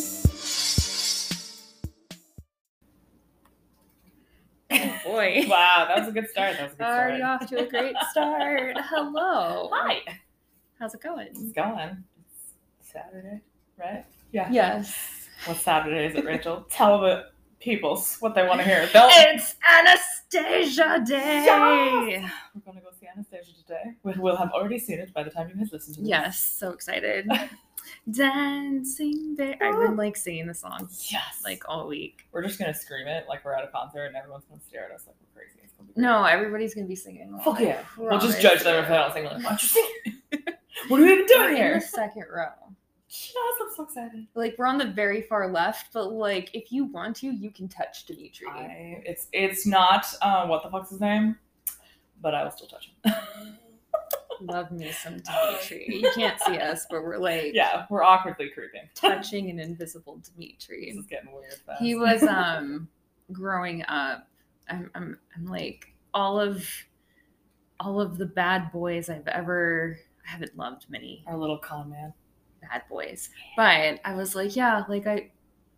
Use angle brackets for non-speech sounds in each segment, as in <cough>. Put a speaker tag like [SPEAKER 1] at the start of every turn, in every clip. [SPEAKER 1] Oh, Boy.
[SPEAKER 2] <laughs> Wow, that was a good start. That was a good
[SPEAKER 1] Already
[SPEAKER 2] start.
[SPEAKER 1] off to a great start. Hello.
[SPEAKER 2] Hi.
[SPEAKER 1] How's it
[SPEAKER 2] It's
[SPEAKER 1] going?
[SPEAKER 2] going. It's Saturday, right?
[SPEAKER 1] Yes.
[SPEAKER 2] What Saturday is it, Rachel? Tell the peoples what they want to hear. They'll...
[SPEAKER 1] It's Anastasia Day.
[SPEAKER 2] Yes! We're going to go see Anastasia today. We will have already seen it by the time you guys listen to this.
[SPEAKER 1] Yes. So
[SPEAKER 2] <laughs>
[SPEAKER 1] excited. Dancing Day. I've been like singing the song
[SPEAKER 2] Yes.
[SPEAKER 1] like all week.
[SPEAKER 2] we're just gonna scream it like we're at a concert and everyone's gonna stare at us like we're crazy. It's gonna be
[SPEAKER 1] No, everybody's going to be singing. along.
[SPEAKER 2] Fuck
[SPEAKER 1] I
[SPEAKER 2] yeah. We'll just
[SPEAKER 1] promise
[SPEAKER 2] judge them if
[SPEAKER 1] you.
[SPEAKER 2] they don't sing. Like, what you singing? <laughs> what are we even doing
[SPEAKER 1] We're in
[SPEAKER 2] here?
[SPEAKER 1] the second row.
[SPEAKER 2] Yes, I'm so excited.
[SPEAKER 1] Like we're on the very far left, but like if you want to, you can touch Dimitri.
[SPEAKER 2] I, it's it's not uh, what the fuck's his name, but I will still touch him.
[SPEAKER 1] Love me some Dimitri. You can't see us, but we're like
[SPEAKER 2] <laughs> yeah, we're awkwardly creeping.
[SPEAKER 1] touching an invisible
[SPEAKER 2] This
[SPEAKER 1] Dimitri.
[SPEAKER 2] is getting weird. Fast.
[SPEAKER 1] He was
[SPEAKER 2] <laughs>
[SPEAKER 1] um growing up. I'm I'm I'm like all of all of the bad boys I've ever I haven't loved many
[SPEAKER 2] our little con man.
[SPEAKER 1] bad boys. But I was like, yeah, like I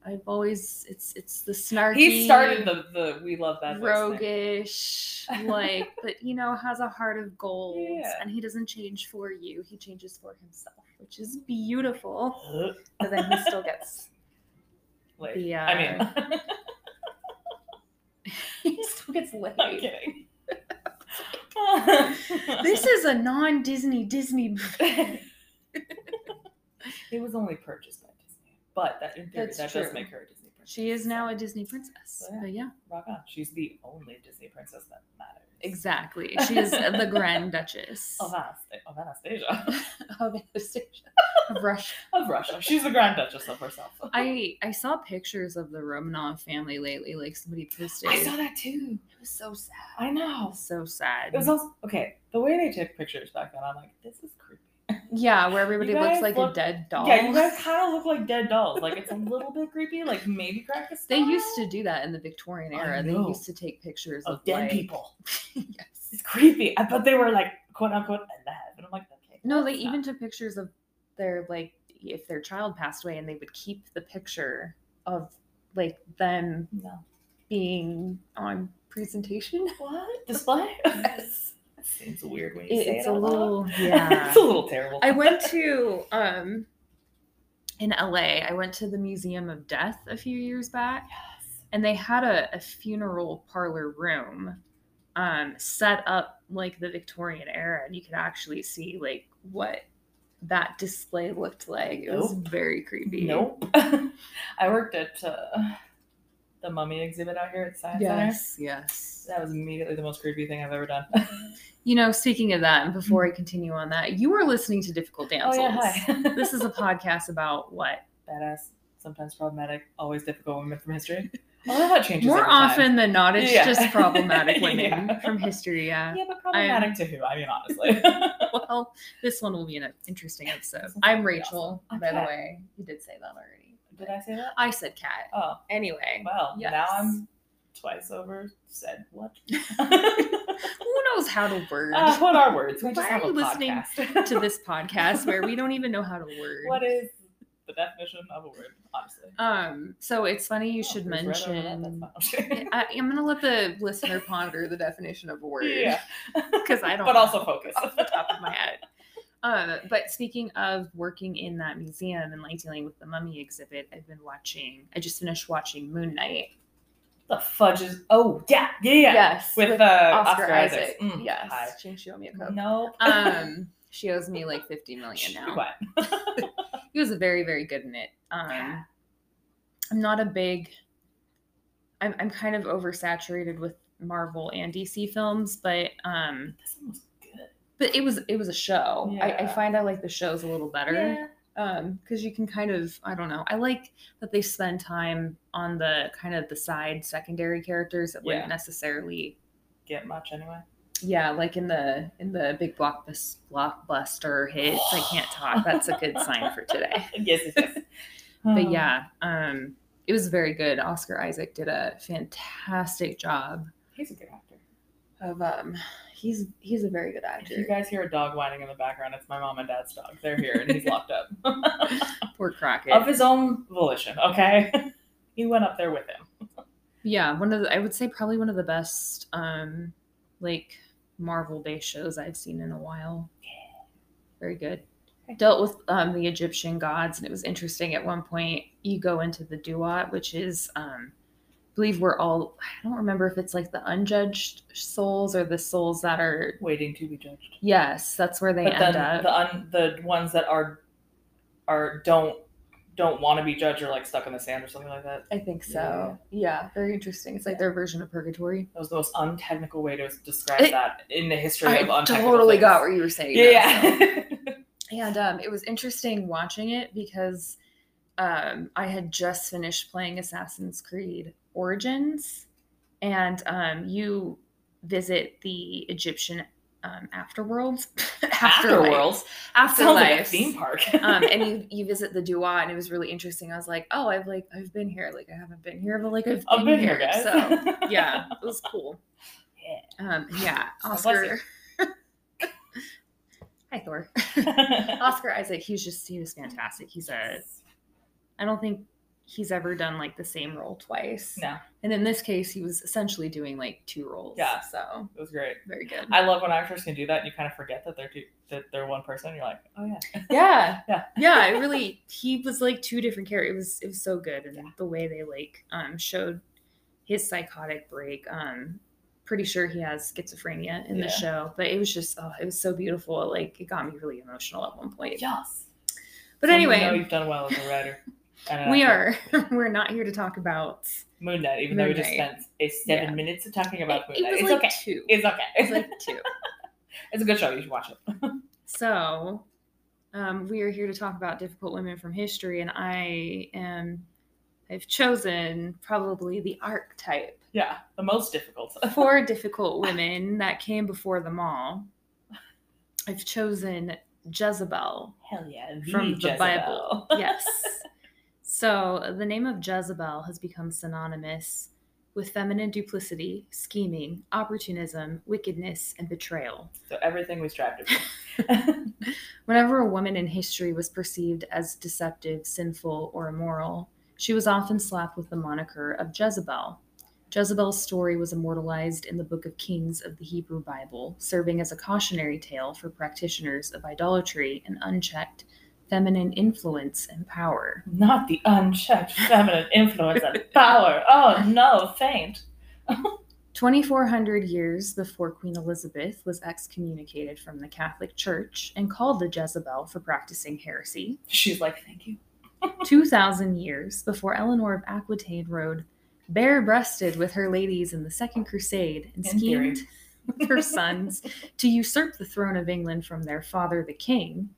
[SPEAKER 1] I've always it's it's the snarky
[SPEAKER 2] He started the the we love that
[SPEAKER 1] roguish,
[SPEAKER 2] <laughs>
[SPEAKER 1] like, but you know, has a heart of gold
[SPEAKER 2] Yeah.
[SPEAKER 1] and he doesn't change for you, he changes for himself, which is beautiful.
[SPEAKER 2] <gasps>
[SPEAKER 1] But then he still gets <laughs>
[SPEAKER 2] Like,
[SPEAKER 1] the uh,
[SPEAKER 2] I mean,
[SPEAKER 1] he still gets laid.
[SPEAKER 2] <laughs> I'm
[SPEAKER 1] <laughs>
[SPEAKER 2] kidding.
[SPEAKER 1] This is a non Disney Disney <laughs> movie.
[SPEAKER 2] it was only purchased by Disney, but that in theory
[SPEAKER 1] That's
[SPEAKER 2] that
[SPEAKER 1] true.
[SPEAKER 2] does make her a Disney princess.
[SPEAKER 1] She is now a Disney princess.
[SPEAKER 2] Yeah.
[SPEAKER 1] But yeah,
[SPEAKER 2] rock on. She's the only Disney princess that matters.
[SPEAKER 1] <laughs> exactly. She is the Grand Duchess
[SPEAKER 2] Of, Anast- of Anastasia <laughs>
[SPEAKER 1] of Anastasia <laughs> of Russia.
[SPEAKER 2] of Russia. She's the Grand Duchess of herself.
[SPEAKER 1] I I saw pictures of the Romanov family lately. Like somebody posted.
[SPEAKER 2] <laughs> I saw that too.
[SPEAKER 1] It was so sad.
[SPEAKER 2] I know.
[SPEAKER 1] So sad.
[SPEAKER 2] It was also okay. The way they took pictures back then, I'm like, this is creepy.
[SPEAKER 1] Yeah, where everybody looks
[SPEAKER 2] guys
[SPEAKER 1] like a
[SPEAKER 2] look-
[SPEAKER 1] dead doll.
[SPEAKER 2] Yeah, you guys kind of look like dead dolls. Like it's a little bit creepy. Like maybe crack a
[SPEAKER 1] they
[SPEAKER 2] smile
[SPEAKER 1] used to do that in the Victorian
[SPEAKER 2] I
[SPEAKER 1] era. They
[SPEAKER 2] know.
[SPEAKER 1] used to take pictures of,
[SPEAKER 2] of dead
[SPEAKER 1] like-
[SPEAKER 2] <laughs> people.
[SPEAKER 1] yes.
[SPEAKER 2] It's creepy. I thought they were like quote unquote alive, and I'm like, okay.
[SPEAKER 1] No, they
[SPEAKER 2] that's not-
[SPEAKER 1] even took pictures of their like if their child passed away, and they would keep the picture of like them
[SPEAKER 2] no
[SPEAKER 1] being on presentation.
[SPEAKER 2] what <laughs> display.
[SPEAKER 1] Yes.
[SPEAKER 2] That seems weird when you say
[SPEAKER 1] it's
[SPEAKER 2] it
[SPEAKER 1] a
[SPEAKER 2] out loud.
[SPEAKER 1] <laughs>
[SPEAKER 2] <laughs>
[SPEAKER 1] little yeah.
[SPEAKER 2] it's a little terrible.
[SPEAKER 1] I went to um in LA. I went to the Museum of Death a few years back.
[SPEAKER 2] Yes.
[SPEAKER 1] and they had a, a funeral parlor room um, set up like the Victorian era, and you could actually see like what that display looked like. It was very creepy.
[SPEAKER 2] Nope. <laughs> I worked at uh, the mummy exhibit out here at Science
[SPEAKER 1] Yes. Oh, Yes.
[SPEAKER 2] Center. That was immediately the most creepy thing I've ever done.
[SPEAKER 1] You know, speaking of that, and before I continue on that, you are listening to Difficult
[SPEAKER 2] Mm-hmm. oh
[SPEAKER 1] Damsels.
[SPEAKER 2] yeah, hi. <laughs>
[SPEAKER 1] this is a podcast about what
[SPEAKER 2] Badass, sometimes problematic, always difficult women from history. I love how it changes.
[SPEAKER 1] more
[SPEAKER 2] every time.
[SPEAKER 1] often than not, it's
[SPEAKER 2] Yeah.
[SPEAKER 1] just problematic women
[SPEAKER 2] <laughs> Yeah.
[SPEAKER 1] from history. Yeah.
[SPEAKER 2] Yeah, but problematic to who? I mean, honestly. <laughs>
[SPEAKER 1] Well, this one will be an interesting episode.
[SPEAKER 2] This one's
[SPEAKER 1] I'm
[SPEAKER 2] gonna be
[SPEAKER 1] Rachel, by the
[SPEAKER 2] Okay.
[SPEAKER 1] way. You did say that already.
[SPEAKER 2] Did I say that?
[SPEAKER 1] I said cat.
[SPEAKER 2] Oh,
[SPEAKER 1] Anyway,
[SPEAKER 2] well, now
[SPEAKER 1] Yes.
[SPEAKER 2] I'm twice over said what?
[SPEAKER 1] <laughs> who knows how to word
[SPEAKER 2] Uh, what are words? We
[SPEAKER 1] Why
[SPEAKER 2] just
[SPEAKER 1] are
[SPEAKER 2] have a
[SPEAKER 1] you listening
[SPEAKER 2] <laughs> podcast.
[SPEAKER 1] to this podcast where we don't even know how to
[SPEAKER 2] <laughs>
[SPEAKER 1] word?
[SPEAKER 2] what is the definition of a word? Honestly,
[SPEAKER 1] Um, so it's funny you
[SPEAKER 2] Oh,
[SPEAKER 1] should
[SPEAKER 2] we've read over that,
[SPEAKER 1] mention.
[SPEAKER 2] that's fine.
[SPEAKER 1] <laughs>
[SPEAKER 2] Okay.
[SPEAKER 1] I, I'm gonna let the listener ponder the definition of a word <laughs>
[SPEAKER 2] yeah,
[SPEAKER 1] because I don't.
[SPEAKER 2] <laughs> but
[SPEAKER 1] know
[SPEAKER 2] also focus.
[SPEAKER 1] off the top of my head. Um, but speaking of working in that museum and like dealing with the mummy exhibit, I've been watching. I just finished watching Moon Knight.
[SPEAKER 2] the fudge is. Oh yeah, yeah, yeah.
[SPEAKER 1] Yes,
[SPEAKER 2] With,
[SPEAKER 1] with
[SPEAKER 2] uh,
[SPEAKER 1] Oscar,
[SPEAKER 2] Oscar,
[SPEAKER 1] Isaac.
[SPEAKER 2] Isaac. Mm,
[SPEAKER 1] yes,
[SPEAKER 2] hi.
[SPEAKER 1] she, she owe me a coke.
[SPEAKER 2] No.
[SPEAKER 1] Um, she owes me like fifty
[SPEAKER 2] <laughs>
[SPEAKER 1] million now.
[SPEAKER 2] What?
[SPEAKER 1] he was very very good in it um i'm not a big i'm, I'm kind of oversaturated with marvel and dc films but um
[SPEAKER 2] This one was good.
[SPEAKER 1] but it was it was a show I, I
[SPEAKER 2] Yeah.
[SPEAKER 1] find i like the shows a little better um because you can kind of i don't know i like that they spend time on the kind of the side secondary characters that wouldn't
[SPEAKER 2] Yeah.
[SPEAKER 1] necessarily
[SPEAKER 2] Get much anyway. <laughs>
[SPEAKER 1] yeah, like in the in the big blockbus- blockbuster hits. I can't talk. That's a good sign for today.
[SPEAKER 2] yes, yes, yes.
[SPEAKER 1] <laughs> But
[SPEAKER 2] Um,
[SPEAKER 1] yeah, um, it was very good. Oscar Isaac did a fantastic job
[SPEAKER 2] he's a good actor.
[SPEAKER 1] of um, he's he's a very good
[SPEAKER 2] If you
[SPEAKER 1] actor.
[SPEAKER 2] guys hear a dog whining in the background, it's my mom and dad's dog. They're here and he's locked up
[SPEAKER 1] Poor Crockett.
[SPEAKER 2] of his own volition. Okay, <laughs> he went up there with him.
[SPEAKER 1] yeah, one of the, I would say probably one of the best um, like Marvel based shows I've seen in a while. Very good.
[SPEAKER 2] Okay.
[SPEAKER 1] Dealt with um, the Egyptian gods, and it was interesting. At one point, you go into the Duat, which is, um, I believe, we're all, I don't remember if it's like the unjudged souls or the souls that are,
[SPEAKER 2] Waiting to be judged.
[SPEAKER 1] yes, that's where they
[SPEAKER 2] but then
[SPEAKER 1] end up.
[SPEAKER 2] the un, the ones that are are don't don't want to be judged or like stuck in the sand or something like that.
[SPEAKER 1] I think so. Yeah, very interesting. It's like their version of purgatory.
[SPEAKER 2] That was the most untechnical way to describe
[SPEAKER 1] It-
[SPEAKER 2] that in the history of
[SPEAKER 1] I
[SPEAKER 2] untechnical.
[SPEAKER 1] totally
[SPEAKER 2] things.
[SPEAKER 1] got what you were saying.
[SPEAKER 2] Yeah.
[SPEAKER 1] though, so.
[SPEAKER 2] yeah.
[SPEAKER 1] And um, it was interesting watching it because um, I had just finished playing Assassin's Creed Origins, and um, you visit the Egyptian um, afterworlds,
[SPEAKER 2] <laughs>
[SPEAKER 1] <laughs>
[SPEAKER 2] Afterworlds. Sounds like a
[SPEAKER 1] afterlife,
[SPEAKER 2] theme park.
[SPEAKER 1] um, and you you visit the Duat, and it was really interesting. I was like, oh, I've like I've been here, like I haven't been here, but like I've been,
[SPEAKER 2] I've been here, guys.
[SPEAKER 1] So yeah, it was
[SPEAKER 2] <laughs>
[SPEAKER 1] cool.
[SPEAKER 2] Yeah.
[SPEAKER 1] Um,
[SPEAKER 2] <laughs>
[SPEAKER 1] yeah,
[SPEAKER 2] God bless you.
[SPEAKER 1] Oscar. <laughs> Hi Thor. <laughs>
[SPEAKER 2] <laughs>
[SPEAKER 1] Oscar Isaac, he's just he was fantastic. He's a I don't think he's ever done like the same role twice.
[SPEAKER 2] No.
[SPEAKER 1] And in this case, he was essentially doing like two roles.
[SPEAKER 2] Yeah.
[SPEAKER 1] So
[SPEAKER 2] It was great.
[SPEAKER 1] very good.
[SPEAKER 2] I love when actors can do that. and You kind of forget that they're two, that they're one person. You're like, oh yeah,
[SPEAKER 1] yeah.
[SPEAKER 2] Yeah. <laughs>
[SPEAKER 1] Yeah. It really he was like two different characters. It was it was so good. And
[SPEAKER 2] Yeah.
[SPEAKER 1] the way they like um showed his psychotic break. Um pretty sure he has schizophrenia in
[SPEAKER 2] Yeah.
[SPEAKER 1] the show. But it was just oh, it was so beautiful. Like it got me really emotional at one point.
[SPEAKER 2] yes.
[SPEAKER 1] But
[SPEAKER 2] you know
[SPEAKER 1] anyway,
[SPEAKER 2] you've done well as a
[SPEAKER 1] <laughs>
[SPEAKER 2] writer. and an
[SPEAKER 1] we
[SPEAKER 2] actor.
[SPEAKER 1] are <laughs> we're not here to talk about
[SPEAKER 2] Moon Knight, even though we just
[SPEAKER 1] Moon
[SPEAKER 2] spent a seven minutes talking about Moon
[SPEAKER 1] it, it
[SPEAKER 2] Knight.
[SPEAKER 1] was
[SPEAKER 2] It's
[SPEAKER 1] like
[SPEAKER 2] okay.
[SPEAKER 1] two.
[SPEAKER 2] It's okay.
[SPEAKER 1] it was like two.
[SPEAKER 2] <laughs> it's a good show. You should watch it.
[SPEAKER 1] So, um, we are here to talk about difficult women from history, and I am, I've chosen probably the archetype
[SPEAKER 2] Yeah, the most
[SPEAKER 1] <laughs>
[SPEAKER 2] difficult.
[SPEAKER 1] for difficult women that came before them all. I've chosen Jezebel.
[SPEAKER 2] <laughs> Hell yeah,
[SPEAKER 1] From the
[SPEAKER 2] Jezebel. <laughs>
[SPEAKER 1] Bible. Yes. so, the name of Jezebel has become synonymous with feminine duplicity, scheming, opportunism, wickedness, and betrayal.
[SPEAKER 2] So everything we strive to be.
[SPEAKER 1] Whenever a woman in history was perceived as deceptive, sinful, or immoral, she was often slapped with the moniker of Jezebel. Jezebel's story was immortalized in the Book of Kings of the Hebrew Bible, serving as a cautionary tale for practitioners of idolatry and unchecked feminine influence and power.
[SPEAKER 2] Not the unchecked feminine influence and
[SPEAKER 1] <laughs>
[SPEAKER 2] power. Oh no, faint.
[SPEAKER 1] 2,400 years before Queen Elizabeth was excommunicated from the Catholic Church and called the Jezebel for practicing heresy,
[SPEAKER 2] She's like, thank you.
[SPEAKER 1] 2,000 years before Eleanor of Aquitaine rode bare breasted with her ladies in the Second Crusade and
[SPEAKER 2] In theory.
[SPEAKER 1] schemed with her sons to usurp the throne of England from their father, the king.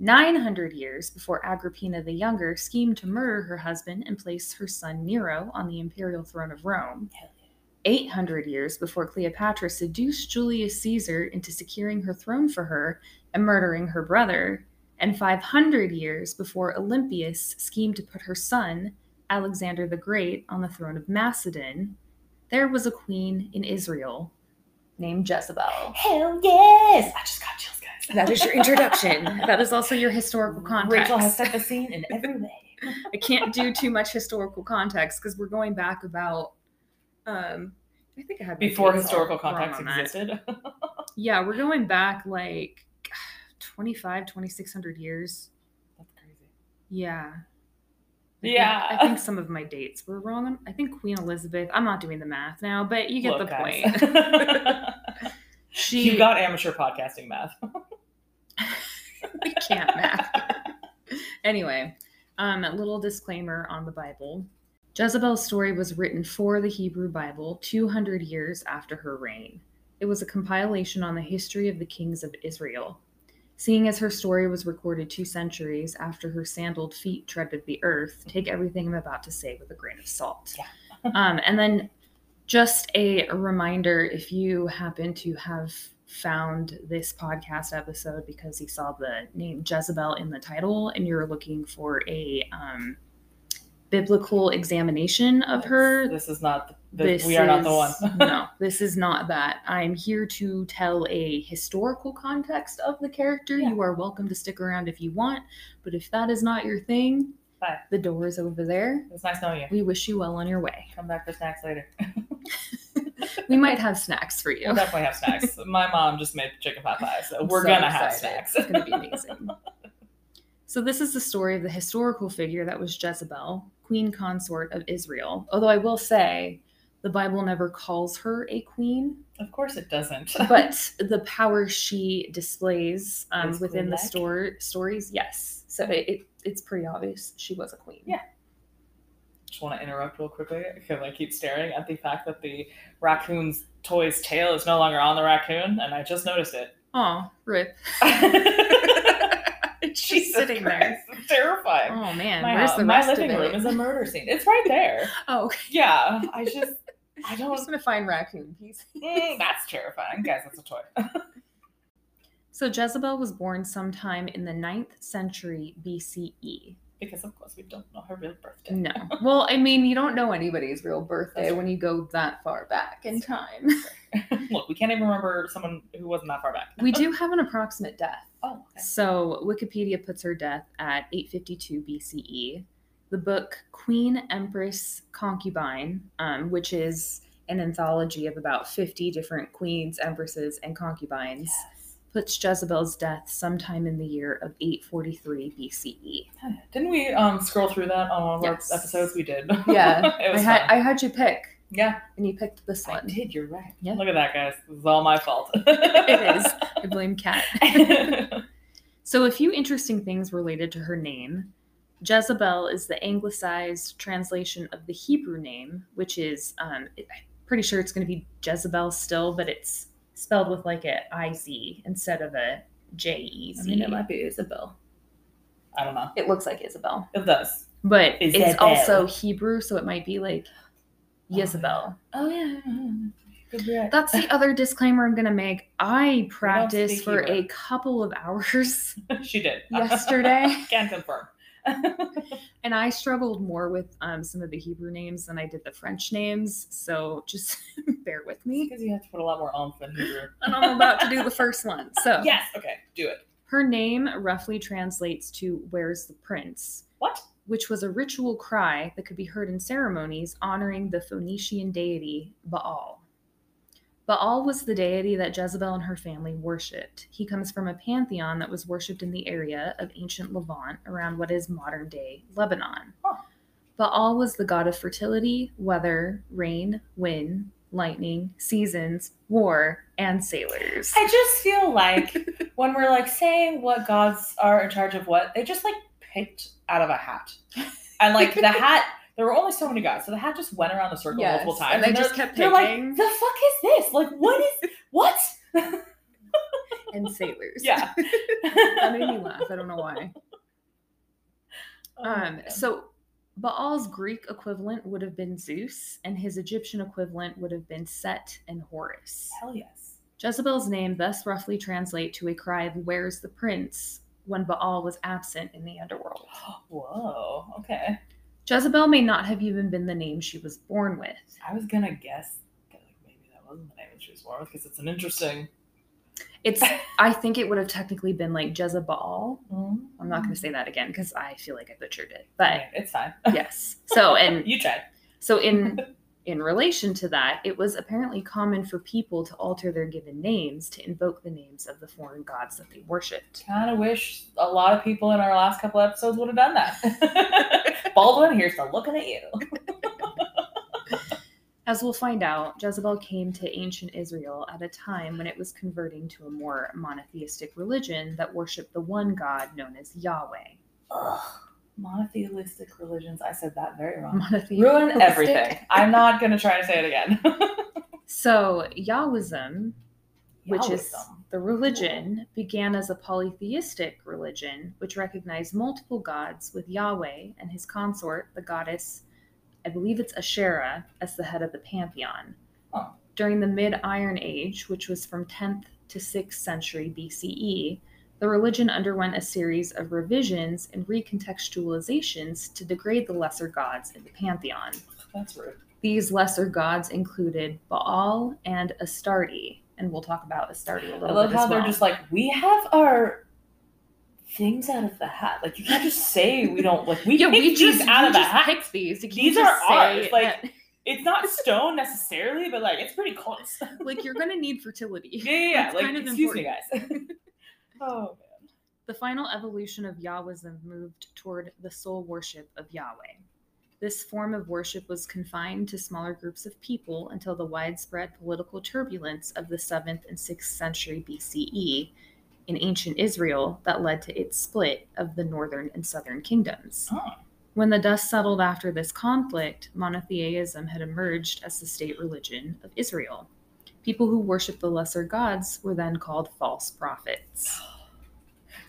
[SPEAKER 1] 900 years before Agrippina the Younger schemed to murder her husband and place her son Nero on the imperial throne of Rome.
[SPEAKER 2] Hell yeah.
[SPEAKER 1] 800 years before Cleopatra seduced Julius Caesar into securing her throne for her and murdering her brother, and 500 years before Olympias schemed to put her son, Alexander the Great, on the throne of Macedon, there was a queen in Israel named Jezebel.
[SPEAKER 2] Hell yes! I just got chills, guys.
[SPEAKER 1] That is your <laughs> introduction. that is also your historical context.
[SPEAKER 2] Rachel has set the scene in every way.
[SPEAKER 1] I can't do too much historical context because we're going back about. Um, I think I had my
[SPEAKER 2] Before
[SPEAKER 1] dates all
[SPEAKER 2] historical
[SPEAKER 1] wrong
[SPEAKER 2] context
[SPEAKER 1] on that.
[SPEAKER 2] existed. <laughs>
[SPEAKER 1] Yeah, we're going back like <sighs> 25, 2600 years.
[SPEAKER 2] That's crazy.
[SPEAKER 1] Yeah. I think-
[SPEAKER 2] Yeah.
[SPEAKER 1] I think some of my dates were wrong. on- I think Queen Elizabeth, I'm not doing the math now, but you get
[SPEAKER 2] Look,
[SPEAKER 1] the
[SPEAKER 2] guys. <laughs>
[SPEAKER 1] point. <laughs>
[SPEAKER 2] you
[SPEAKER 1] She
[SPEAKER 2] got amateur podcasting math.
[SPEAKER 1] we <laughs> can't math. <laughs> anyway, um, a little disclaimer on the Bible. Jezebel's story was written for the Hebrew Bible 200 years after her reign. It was a compilation on the history of the kings of Israel. Seeing as her story was recorded two centuries after her sandaled feet <laughs> treaded the earth, take everything I'm about to say with a grain of salt.
[SPEAKER 2] Yeah.
[SPEAKER 1] um, and then just a reminder if you happen to have found this podcast episode because you saw the name Jezebel in the title and you're looking for a um, biblical examination of her,
[SPEAKER 2] <laughs> This is not. The,
[SPEAKER 1] this
[SPEAKER 2] we are not the one. <laughs>
[SPEAKER 1] is- no, this is not that. I'm here to tell a historical context of the character.
[SPEAKER 2] Yeah.
[SPEAKER 1] You are welcome to stick around if you want, but if that is not your thing,
[SPEAKER 2] Bye.
[SPEAKER 1] the door is over there.
[SPEAKER 2] It's nice knowing you.
[SPEAKER 1] We wish you well on your way.
[SPEAKER 2] Come back for snacks later.
[SPEAKER 1] <laughs> We might have snacks for you.
[SPEAKER 2] We'll definitely have snacks.
[SPEAKER 1] <laughs>
[SPEAKER 2] My mom just made chicken pot pie, so
[SPEAKER 1] I'm
[SPEAKER 2] <laughs> we're
[SPEAKER 1] so
[SPEAKER 2] gonna have
[SPEAKER 1] excited.
[SPEAKER 2] snacks.
[SPEAKER 1] It's going to be amazing. <laughs> so, this is the story of the historical figure that was Jezebel, queen consort of Israel. Although I will say, the Bible never calls her a queen,
[SPEAKER 2] Of course, it doesn't. <laughs>
[SPEAKER 1] <laughs> but the power she displays um,
[SPEAKER 2] Is
[SPEAKER 1] within the
[SPEAKER 2] queen-like?
[SPEAKER 1] store stories, yes. So it, it it's pretty obvious she was a queen.
[SPEAKER 2] Yeah. just want to interrupt real quickly because I keep staring at the fact that the raccoon's toy's tail is no longer on the raccoon, and I just noticed
[SPEAKER 1] <laughs>
[SPEAKER 2] it. <laughs>
[SPEAKER 1] Oh, rip. It's just
[SPEAKER 2] Jesus
[SPEAKER 1] sitting there.
[SPEAKER 2] Christ, It's terrifying.
[SPEAKER 1] Oh man,
[SPEAKER 2] my
[SPEAKER 1] where's
[SPEAKER 2] hou-
[SPEAKER 1] the
[SPEAKER 2] my
[SPEAKER 1] rest
[SPEAKER 2] living
[SPEAKER 1] of it?
[SPEAKER 2] room is a murder scene. It's right there.
[SPEAKER 1] oh, <laughs> okay.
[SPEAKER 2] Yeah, I just,
[SPEAKER 1] <laughs>
[SPEAKER 2] I
[SPEAKER 1] I'm
[SPEAKER 2] don't.
[SPEAKER 1] just gonna find raccoon pieces.
[SPEAKER 2] Mm, that's terrifying, guys. That's a toy. <laughs>
[SPEAKER 1] So Jezebel was born sometime in the 9th century BCE.
[SPEAKER 2] Because of course we don't know her real birthday.
[SPEAKER 1] No. Well, I mean, you don't know anybody's real birthday
[SPEAKER 2] That's
[SPEAKER 1] when you go that far back in time. Mm.
[SPEAKER 2] <laughs> Look, we can't even remember someone who wasn't that far back. <laughs>
[SPEAKER 1] We do have an approximate death.
[SPEAKER 2] Oh, okay.
[SPEAKER 1] So Wikipedia puts her death at 852 BCE. E. The book Queen Empress Concubine, um, which is an anthology of about 50 different queens, empresses, and concubines, puts Jezebel's death sometime in the year of 843 BCE.
[SPEAKER 2] Didn't we um, scroll through that on one of
[SPEAKER 1] Yes.
[SPEAKER 2] our episodes? We did.
[SPEAKER 1] <laughs> Yeah,
[SPEAKER 2] <laughs> it
[SPEAKER 1] I
[SPEAKER 2] was
[SPEAKER 1] had
[SPEAKER 2] fun.
[SPEAKER 1] I had you pick,
[SPEAKER 2] yeah,
[SPEAKER 1] and you picked this
[SPEAKER 2] I
[SPEAKER 1] one.
[SPEAKER 2] did. You're right.
[SPEAKER 1] Yeah.
[SPEAKER 2] Look at that, guys. This is all my fault. <laughs>
[SPEAKER 1] It is. I blame Kat. So, a few interesting things related to her name. Jezebel is the anglicized translation of the Hebrew name, which is, um, it- I'm pretty sure it's going to be Jezebel still, but it's spelled with like a I-Z instead of a E J-E-Z.
[SPEAKER 2] be Isabel. I don't know.
[SPEAKER 1] It looks like Isabel,
[SPEAKER 2] It does.
[SPEAKER 1] but
[SPEAKER 2] Isabel.
[SPEAKER 1] it's also Hebrew, so it might be like
[SPEAKER 2] yeah.
[SPEAKER 1] Jezebel.
[SPEAKER 2] Oh yeah. Could be right.
[SPEAKER 1] That's the other disclaimer I'm going to make. I practiced
[SPEAKER 2] speak
[SPEAKER 1] for
[SPEAKER 2] Hebrew.
[SPEAKER 1] a couple of <laughs> hours
[SPEAKER 2] <laughs> she did. <laughs>
[SPEAKER 1] yesterday.
[SPEAKER 2] Can confirm.
[SPEAKER 1] And I struggled more with um, some of the Hebrew names than I did the French names. So just <laughs> bear with me.
[SPEAKER 2] Because you have to put a lot more oomph in Hebrew.
[SPEAKER 1] And I'm about to do the first one.
[SPEAKER 2] <laughs>
[SPEAKER 1] So
[SPEAKER 2] Yes. Okay. Do it.
[SPEAKER 1] her name roughly translates to Where's the Prince?
[SPEAKER 2] What?
[SPEAKER 1] Which was a ritual cry that could be heard in ceremonies honoring the Phoenician deity Baal. Baal was the deity that Jezebel and her family worshipped. He comes from a pantheon that was worshipped in the area of ancient Levant around what is modern day Lebanon.
[SPEAKER 2] Huh.
[SPEAKER 1] Baal was the god of fertility, weather, rain, wind, lightning, seasons, war, and
[SPEAKER 2] <laughs>
[SPEAKER 1] sailors.
[SPEAKER 2] I just
[SPEAKER 1] <laughs>
[SPEAKER 2] feel like when we're like saying what gods are in charge of what, they just like picked out of a hat. And like
[SPEAKER 1] <laughs>
[SPEAKER 2] the hat, there were only so many guys, so the hat just went around the circle multiple times.
[SPEAKER 1] and they
[SPEAKER 2] they're-
[SPEAKER 1] just kept
[SPEAKER 2] they're
[SPEAKER 1] picking
[SPEAKER 2] like, the fuck is this? Like, what
[SPEAKER 1] <laughs>
[SPEAKER 2] is what?
[SPEAKER 1] and sailors.
[SPEAKER 2] <laughs> Yeah.
[SPEAKER 1] that made me laugh. I don't know why.
[SPEAKER 2] Oh my
[SPEAKER 1] Um,
[SPEAKER 2] God.
[SPEAKER 1] so Baal's Greek equivalent would have been Zeus, and his Egyptian equivalent would have been Set and Horus.
[SPEAKER 2] hell yes.
[SPEAKER 1] Jezebel's name thus roughly translate to a cry of "Where's the prince?" when Baal was absent in the underworld.
[SPEAKER 2] Whoa. Okay.
[SPEAKER 1] Jezebel may not have even been the name she was born with.
[SPEAKER 2] I was gonna guess that like maybe that wasn't the name that she was born with because it's an interesting.
[SPEAKER 1] It's I think it would have technically been like Jezebel. I'm not going
[SPEAKER 2] Mm.
[SPEAKER 1] to say that again because I feel like I butchered it. But
[SPEAKER 2] Okay, Mm-hmm. it's fine.
[SPEAKER 1] yes. So and
[SPEAKER 2] You tried.
[SPEAKER 1] So
[SPEAKER 2] <laughs>
[SPEAKER 1] in in relation to that, it was apparently common for people to alter their given names to invoke the names of the foreign gods that they worshipped.
[SPEAKER 2] Kind of wish a lot of people in our last couple episodes would have done that. <laughs> Baldwin, here's the looking at you.
[SPEAKER 1] As we'll find out, Jezebel came to ancient Israel at a time when it was converting to a more monotheistic religion that worshipped the one god known as Yahweh.
[SPEAKER 2] Ugh, monotheistic religions. I said that very wrong.
[SPEAKER 1] Monotheistic.
[SPEAKER 2] Ruin everything. I'm not gonna try to say it again.
[SPEAKER 1] <laughs>
[SPEAKER 2] <laughs>
[SPEAKER 1] So Yahwism which is
[SPEAKER 2] Yahwism.
[SPEAKER 1] the religion, began as a polytheistic religion which recognized multiple gods, with Yahweh and his consort, the goddess I believe it's Asherah, as the head of the pantheon.
[SPEAKER 2] Oh.
[SPEAKER 1] During the mid Iron Age, which was from 10th to 6th century BCE, the religion underwent a series of revisions and recontextualizations to degrade the lesser gods in the pantheon.
[SPEAKER 2] That's rude.
[SPEAKER 1] These lesser gods included Baal and Astarte, and we'll talk about Astarte a little
[SPEAKER 2] I love
[SPEAKER 1] bit
[SPEAKER 2] how
[SPEAKER 1] as
[SPEAKER 2] they're
[SPEAKER 1] well.
[SPEAKER 2] just like, we have our things out of the hat. Like you can't just say we don't like
[SPEAKER 1] <laughs>
[SPEAKER 2] we
[SPEAKER 1] yeah,
[SPEAKER 2] picked
[SPEAKER 1] we
[SPEAKER 2] these
[SPEAKER 1] just
[SPEAKER 2] out
[SPEAKER 1] we
[SPEAKER 2] of the
[SPEAKER 1] just
[SPEAKER 2] hat.
[SPEAKER 1] picked these. You can't
[SPEAKER 2] These
[SPEAKER 1] just
[SPEAKER 2] are ours,
[SPEAKER 1] say
[SPEAKER 2] like-
[SPEAKER 1] that-
[SPEAKER 2] It's not stone necessarily, but like it's pretty close. <laughs> yeah,
[SPEAKER 1] like you're gonna need
[SPEAKER 2] <laughs>
[SPEAKER 1] fertility. <laughs>
[SPEAKER 2] yeah, yeah.
[SPEAKER 1] It's
[SPEAKER 2] like
[SPEAKER 1] kind of
[SPEAKER 2] excuse me, guys. <laughs> oh man.
[SPEAKER 1] The final evolution of Yahwism moved toward the sole worship of Yahweh. This form of worship was confined to smaller groups of people until the widespread political turbulence of the 7th and 6th century BCE in ancient Israel that led to its split of the northern and southern kingdoms.
[SPEAKER 2] Oh.
[SPEAKER 1] When the dust settled after this conflict, monotheism had emerged as the state religion of Israel. People who worshiped the lesser gods were then called false prophets.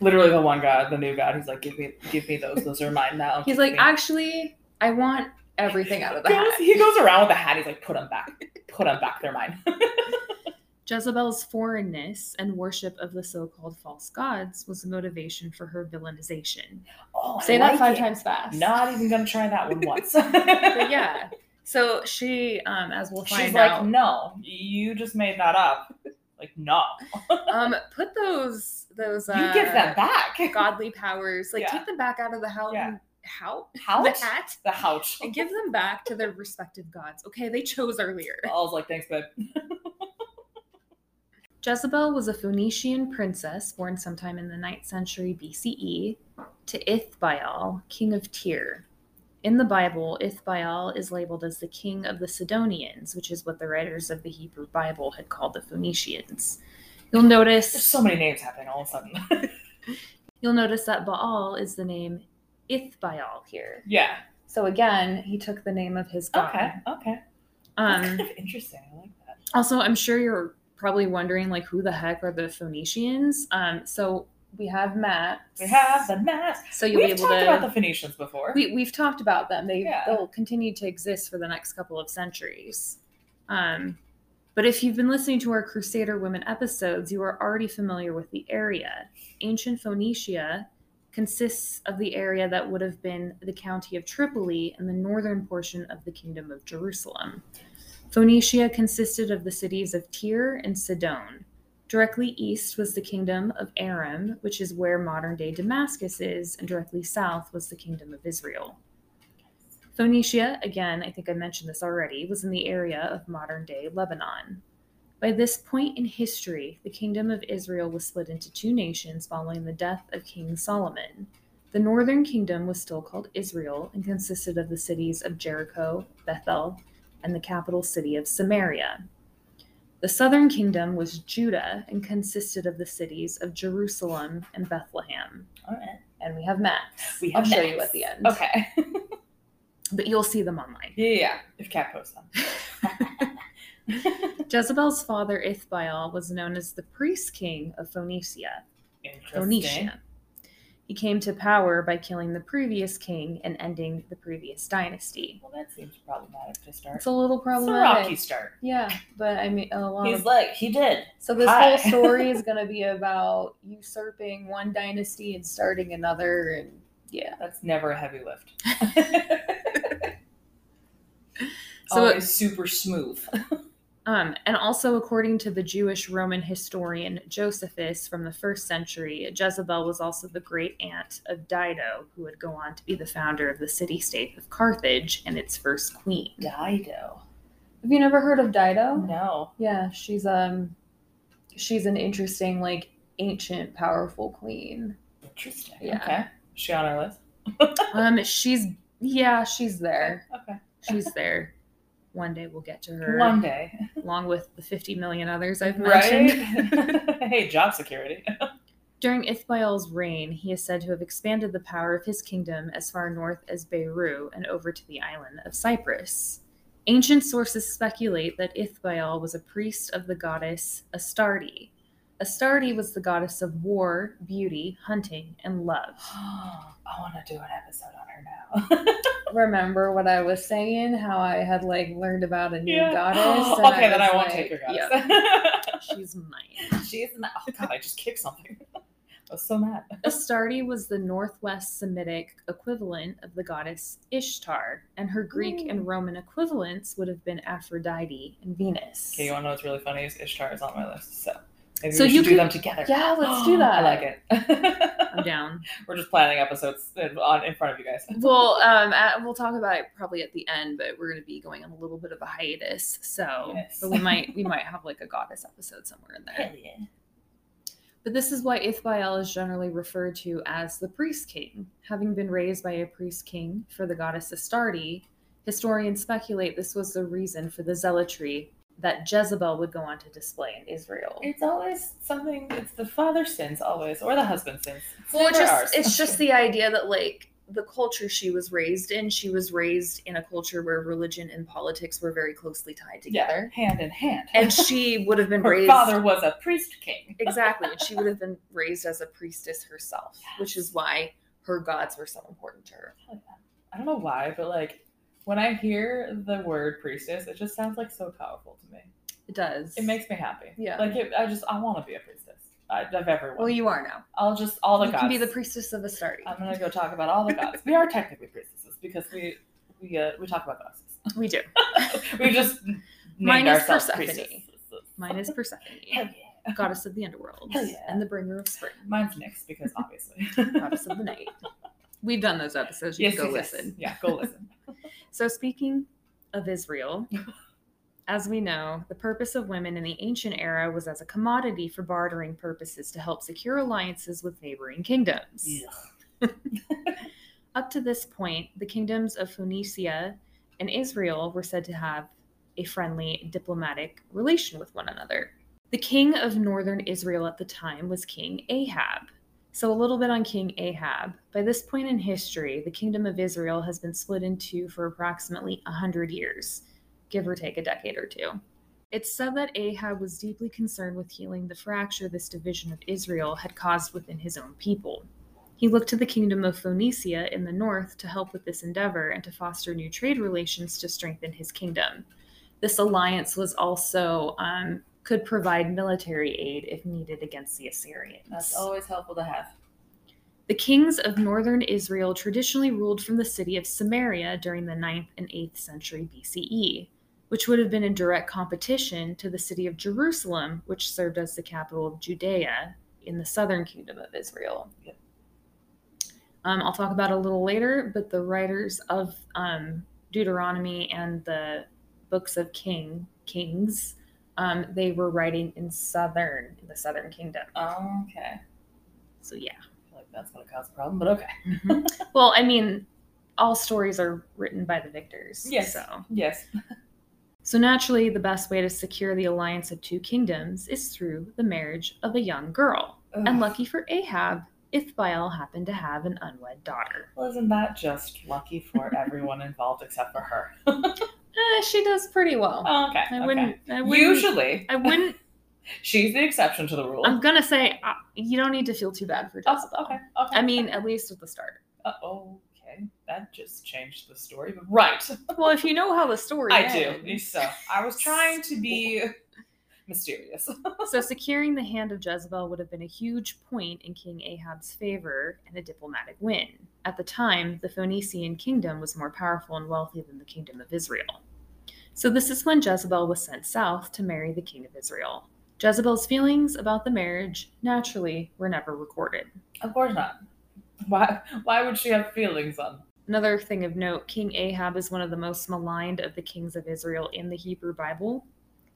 [SPEAKER 2] Literally the one god, the new god, who's like, give me give me those, those are mine now.
[SPEAKER 1] He's
[SPEAKER 2] Give
[SPEAKER 1] like,
[SPEAKER 2] me-
[SPEAKER 1] actually, I want everything out of the
[SPEAKER 2] goes,
[SPEAKER 1] hat.
[SPEAKER 2] he goes around with the hat, he's like, put them back. Put them back, they're mine. <laughs>
[SPEAKER 1] Jezebel's foreignness and worship of the so called false gods was a motivation for her villainization.
[SPEAKER 2] Oh, I
[SPEAKER 1] Say that
[SPEAKER 2] like
[SPEAKER 1] five
[SPEAKER 2] it.
[SPEAKER 1] times fast.
[SPEAKER 2] Not even gonna try
[SPEAKER 1] <laughs>
[SPEAKER 2] that one once.
[SPEAKER 1] But yeah. So she, um, as we'll find
[SPEAKER 2] She's
[SPEAKER 1] out,
[SPEAKER 2] like, no, you just made that up. Like, no,
[SPEAKER 1] um, put those those uh,
[SPEAKER 2] you give them
[SPEAKER 1] <laughs>
[SPEAKER 2] back.
[SPEAKER 1] godly powers, like
[SPEAKER 2] Yeah.
[SPEAKER 1] take them back out of the house,
[SPEAKER 2] Yeah.
[SPEAKER 1] how
[SPEAKER 2] How
[SPEAKER 1] the hat, <laughs>
[SPEAKER 2] the houch.
[SPEAKER 1] and give them back to their respective gods. Okay, they chose earlier.
[SPEAKER 2] I was like, thanks, babe.
[SPEAKER 1] Jezebel was a Phoenician princess born sometime in the 9th century BCE to Ithbaal, king of Tyre. In the Bible, Ithbaal is labeled as the king of the Sidonians, which is what the writers of the Hebrew Bible had called the Phoenicians. You'll notice
[SPEAKER 2] There's so many names happening all of a sudden. <laughs>
[SPEAKER 1] you'll notice that Baal is the name Ithbaal here.
[SPEAKER 2] yeah.
[SPEAKER 1] So again, he took the name of his god.
[SPEAKER 2] Okay. Okay. That's
[SPEAKER 1] Um,
[SPEAKER 2] <laughs> kind of interesting. I like that.
[SPEAKER 1] Also, I'm sure you're probably wondering, like, who the heck are the Phoenicians? Um, so we have Matt.
[SPEAKER 2] We have the mask.
[SPEAKER 1] So you'll
[SPEAKER 2] We've
[SPEAKER 1] be able
[SPEAKER 2] talked
[SPEAKER 1] to.
[SPEAKER 2] about the Phoenicians before.
[SPEAKER 1] we, we've talked about them. They
[SPEAKER 2] Yeah.
[SPEAKER 1] they'll continue to exist for the next couple of centuries. Um, but if you've been listening to our Crusader Women episodes, you are already familiar with the area. Ancient Phoenicia consists of the area that would have been the county of Tripoli and the northern portion of the Kingdom of Jerusalem. Phoenicia consisted of the cities of Tyre and Sidon. Directly east was the kingdom of Aram, which is where modern day Damascus is, and directly south was the kingdom of Israel. Phoenicia, again, I think I mentioned this already, was in the area of modern day Lebanon. By this point in history, the kingdom of Israel was split into two nations following the death of King Solomon. The northern kingdom was still called Israel and consisted of the cities of Jericho, Bethel, and the capital city of Samaria. The southern kingdom was Judah and consisted of the cities of Jerusalem and Bethlehem.
[SPEAKER 2] all right.
[SPEAKER 1] And we have maps.
[SPEAKER 2] We have
[SPEAKER 1] I'll show you
[SPEAKER 2] maps.
[SPEAKER 1] at the end.
[SPEAKER 2] Okay.
[SPEAKER 1] But you'll see them online.
[SPEAKER 2] Yeah, yeah, yeah. If Cat posts them.
[SPEAKER 1] Jezebel's father, Ithbaal, was known as the priest king of Phoenicia.
[SPEAKER 2] Interesting.
[SPEAKER 1] Phoenicia. He came to power by killing the previous king and ending the previous dynasty.
[SPEAKER 2] Well, that seems problematic to start.
[SPEAKER 1] It's a little
[SPEAKER 2] It's a
[SPEAKER 1] problematic.
[SPEAKER 2] rocky start.
[SPEAKER 1] Yeah, but I mean, a lot
[SPEAKER 2] He's
[SPEAKER 1] of-
[SPEAKER 2] like, he did.
[SPEAKER 1] so this
[SPEAKER 2] Hi.
[SPEAKER 1] whole
[SPEAKER 2] <laughs>
[SPEAKER 1] story is going to be about usurping one dynasty and starting another, and yeah.
[SPEAKER 2] That's never a heavy lift.
[SPEAKER 1] <laughs>
[SPEAKER 2] <laughs>
[SPEAKER 1] So
[SPEAKER 2] Always super smooth.
[SPEAKER 1] Um, and also, according to the Jewish Roman historian Josephus from the first century, Jezebel was also the great aunt of Dido, who would go on to be the founder of the city state of Carthage and its first queen.
[SPEAKER 2] Dido.
[SPEAKER 1] Have you never heard of Dido?
[SPEAKER 2] No.
[SPEAKER 1] Yeah, she's um, she's an interesting, like, ancient, powerful queen.
[SPEAKER 2] Interesting.
[SPEAKER 1] Yeah.
[SPEAKER 2] Okay. Is she on our list?
[SPEAKER 1] <laughs> Um, she's yeah, she's there.
[SPEAKER 2] Okay.
[SPEAKER 1] She's there. One day we'll get to her,
[SPEAKER 2] One day.
[SPEAKER 1] along with the fifty million others I've
[SPEAKER 2] Right?
[SPEAKER 1] mentioned. <laughs>
[SPEAKER 2] <laughs> hey, job security. <gasps>
[SPEAKER 1] During Ithbael's reign, he is said to have expanded the power of his kingdom as far north as Beirut and over to the island of Cyprus. Ancient sources speculate that Ithbael was a priest of the goddess Astarte. Astarte was the goddess of war, beauty, hunting, and love.
[SPEAKER 2] I want to do an episode
[SPEAKER 1] <laughs>
[SPEAKER 2] on her now.
[SPEAKER 1] Remember what I was saying? How I had like learned about a new
[SPEAKER 2] <gasps> <laughs>
[SPEAKER 1] goddess. and
[SPEAKER 2] okay, then
[SPEAKER 1] was
[SPEAKER 2] I won't
[SPEAKER 1] like,
[SPEAKER 2] take your goddess.
[SPEAKER 1] "Yep, she's mine.
[SPEAKER 2] <laughs> She's not. Oh god, I just kicked something. <laughs> I was so mad.
[SPEAKER 1] Astarte was the Northwest Semitic equivalent of the goddess Ishtar, and her Greek
[SPEAKER 2] Ooh.
[SPEAKER 1] and Roman equivalents would have been Aphrodite and Venus.
[SPEAKER 2] Okay, you want to know what's really funny? Is Ishtar is on my list, so maybe
[SPEAKER 1] So
[SPEAKER 2] we should
[SPEAKER 1] you
[SPEAKER 2] do
[SPEAKER 1] could-
[SPEAKER 2] them together.
[SPEAKER 1] <gasps> Yeah, let's <gasps> do that.
[SPEAKER 2] <gasps> I like it. <laughs>
[SPEAKER 1] I'm down.
[SPEAKER 2] We're just planning episodes in, on in front of you guys.
[SPEAKER 1] well, um, at, we'll talk about it probably at the end, but we're going to be going on a little bit of a hiatus, so
[SPEAKER 2] Yes.
[SPEAKER 1] but we might we might have like a goddess episode somewhere <laughs> in there. But this is why Ithbael is generally referred to as the priest king. Having been raised by a priest king for the goddess Astarte, historians speculate this was the reason for the zealotry that Jezebel would go on to display in Israel.
[SPEAKER 2] It's always something. It's the father sins always, or the husband sins. It's
[SPEAKER 1] Well, it's
[SPEAKER 2] never
[SPEAKER 1] just
[SPEAKER 2] ours.
[SPEAKER 1] it's
[SPEAKER 2] <laughs>
[SPEAKER 1] just the idea that like the culture she was raised in, she was raised in a culture where religion and politics were very closely tied
[SPEAKER 2] yeah,
[SPEAKER 1] together.
[SPEAKER 2] hand in hand. <laughs>
[SPEAKER 1] And she would have been
[SPEAKER 2] her
[SPEAKER 1] raised
[SPEAKER 2] father was a priest king.
[SPEAKER 1] exactly, and she would have been raised as a priestess herself, which is why her gods were so important to her.
[SPEAKER 2] I don't know why, but like when I hear the word priestess, it just sounds like so powerful to me.
[SPEAKER 1] It does.
[SPEAKER 2] It makes me happy.
[SPEAKER 1] Yeah.
[SPEAKER 2] Like it, I just I want to be a priestess. I, of everyone.
[SPEAKER 1] well, you are now.
[SPEAKER 2] I'll just all the
[SPEAKER 1] you
[SPEAKER 2] gods. Um,
[SPEAKER 1] can be the priestess of Astarte.
[SPEAKER 2] I'm gonna go talk about all the gods. we are technically priestesses because we we uh, we talk about gods.
[SPEAKER 1] we do.
[SPEAKER 2] <laughs> We just named
[SPEAKER 1] Mine is
[SPEAKER 2] ourselves
[SPEAKER 1] Persephone.
[SPEAKER 2] priestesses.
[SPEAKER 1] Mine is
[SPEAKER 2] Hell
[SPEAKER 1] Persephone,
[SPEAKER 2] yeah.
[SPEAKER 1] goddess of the underworld,
[SPEAKER 2] Hell yeah.
[SPEAKER 1] and the bringer of spring,
[SPEAKER 2] Mine's Nyx because obviously.
[SPEAKER 1] <laughs> goddess of the night. We've done those episodes. You
[SPEAKER 2] yes,
[SPEAKER 1] can go
[SPEAKER 2] yes, yes.
[SPEAKER 1] listen.
[SPEAKER 2] Yeah,
[SPEAKER 1] <laughs>
[SPEAKER 2] go listen.
[SPEAKER 1] So, speaking of Israel,
[SPEAKER 2] <laughs>
[SPEAKER 1] as we know, the purpose of women in the ancient era was as a commodity for bartering purposes to help secure alliances with neighboring kingdoms. Up to this point, the kingdoms of Phoenicia and Israel were said to have a friendly diplomatic relation with one another. The king of northern Israel at the time was King Ahab. So, a little bit on King Ahab. By this point in history, the kingdom of Israel has been split in two for approximately 100 years, give or take a decade or two. It's said that Ahab was deeply concerned with healing the fracture this division of Israel had caused within his own people. He looked to the kingdom of Phoenicia in the north to help with this endeavor and to foster new trade relations to strengthen his kingdom. This alliance was also um, could provide military aid if needed against the Assyrians.
[SPEAKER 2] That's always helpful to have.
[SPEAKER 1] The kings of northern Israel traditionally ruled from the city of Samaria during the 9th and 8th century BCE, which would have been in direct competition to the city of Jerusalem, which served as the capital of Judea in the southern kingdom of Israel.
[SPEAKER 2] Yep.
[SPEAKER 1] Um, I'll talk about it a little later, but the writers of um, Deuteronomy and the books of King Kings, um, they were writing in southern in the southern kingdom.
[SPEAKER 2] Oh. okay.
[SPEAKER 1] So yeah.
[SPEAKER 2] I feel like that's gonna cause a problem, but okay.
[SPEAKER 1] <laughs> well, I mean, all stories are written by the victors.
[SPEAKER 2] Yes.
[SPEAKER 1] So.
[SPEAKER 2] Yes.
[SPEAKER 1] so naturally, the best way to secure the alliance of two kingdoms is through the marriage of a young girl. And lucky for Ahab, Ithbael happened to have an unwed daughter.
[SPEAKER 2] Well, isn't that just lucky for everyone involved except
[SPEAKER 1] <laughs>
[SPEAKER 2] for her?
[SPEAKER 1] Eh, she does pretty well.
[SPEAKER 2] Oh, okay.
[SPEAKER 1] I
[SPEAKER 2] okay.
[SPEAKER 1] wouldn't. I wouldn't.
[SPEAKER 2] Usually,
[SPEAKER 1] I
[SPEAKER 2] <laughs>
[SPEAKER 1] wouldn't.
[SPEAKER 2] she's the exception to the rule.
[SPEAKER 1] I'm gonna say uh, you don't need to feel too bad for
[SPEAKER 2] oh,
[SPEAKER 1] Jezebel.
[SPEAKER 2] okay. Okay.
[SPEAKER 1] I mean, at least with the start.
[SPEAKER 2] Uh, okay. That just changed the story. But right.
[SPEAKER 1] Well, if you know how the story
[SPEAKER 2] I
[SPEAKER 1] ends.
[SPEAKER 2] do. So I was trying to
[SPEAKER 1] <laughs>
[SPEAKER 2] be mysterious.
[SPEAKER 1] So securing the hand of Jezebel would have been a huge point in King Ahab's favor and a diplomatic win. At the time, the Phoenician kingdom was more powerful and wealthy than the kingdom of Israel. So this is when Jezebel was sent south to marry the king of Israel. Jezebel's feelings about the marriage, naturally, were never recorded.
[SPEAKER 2] Of course not. Why? Why would she have feelings on?
[SPEAKER 1] Another thing of note King Ahab is one of the most maligned of the kings of Israel in the Hebrew Bible.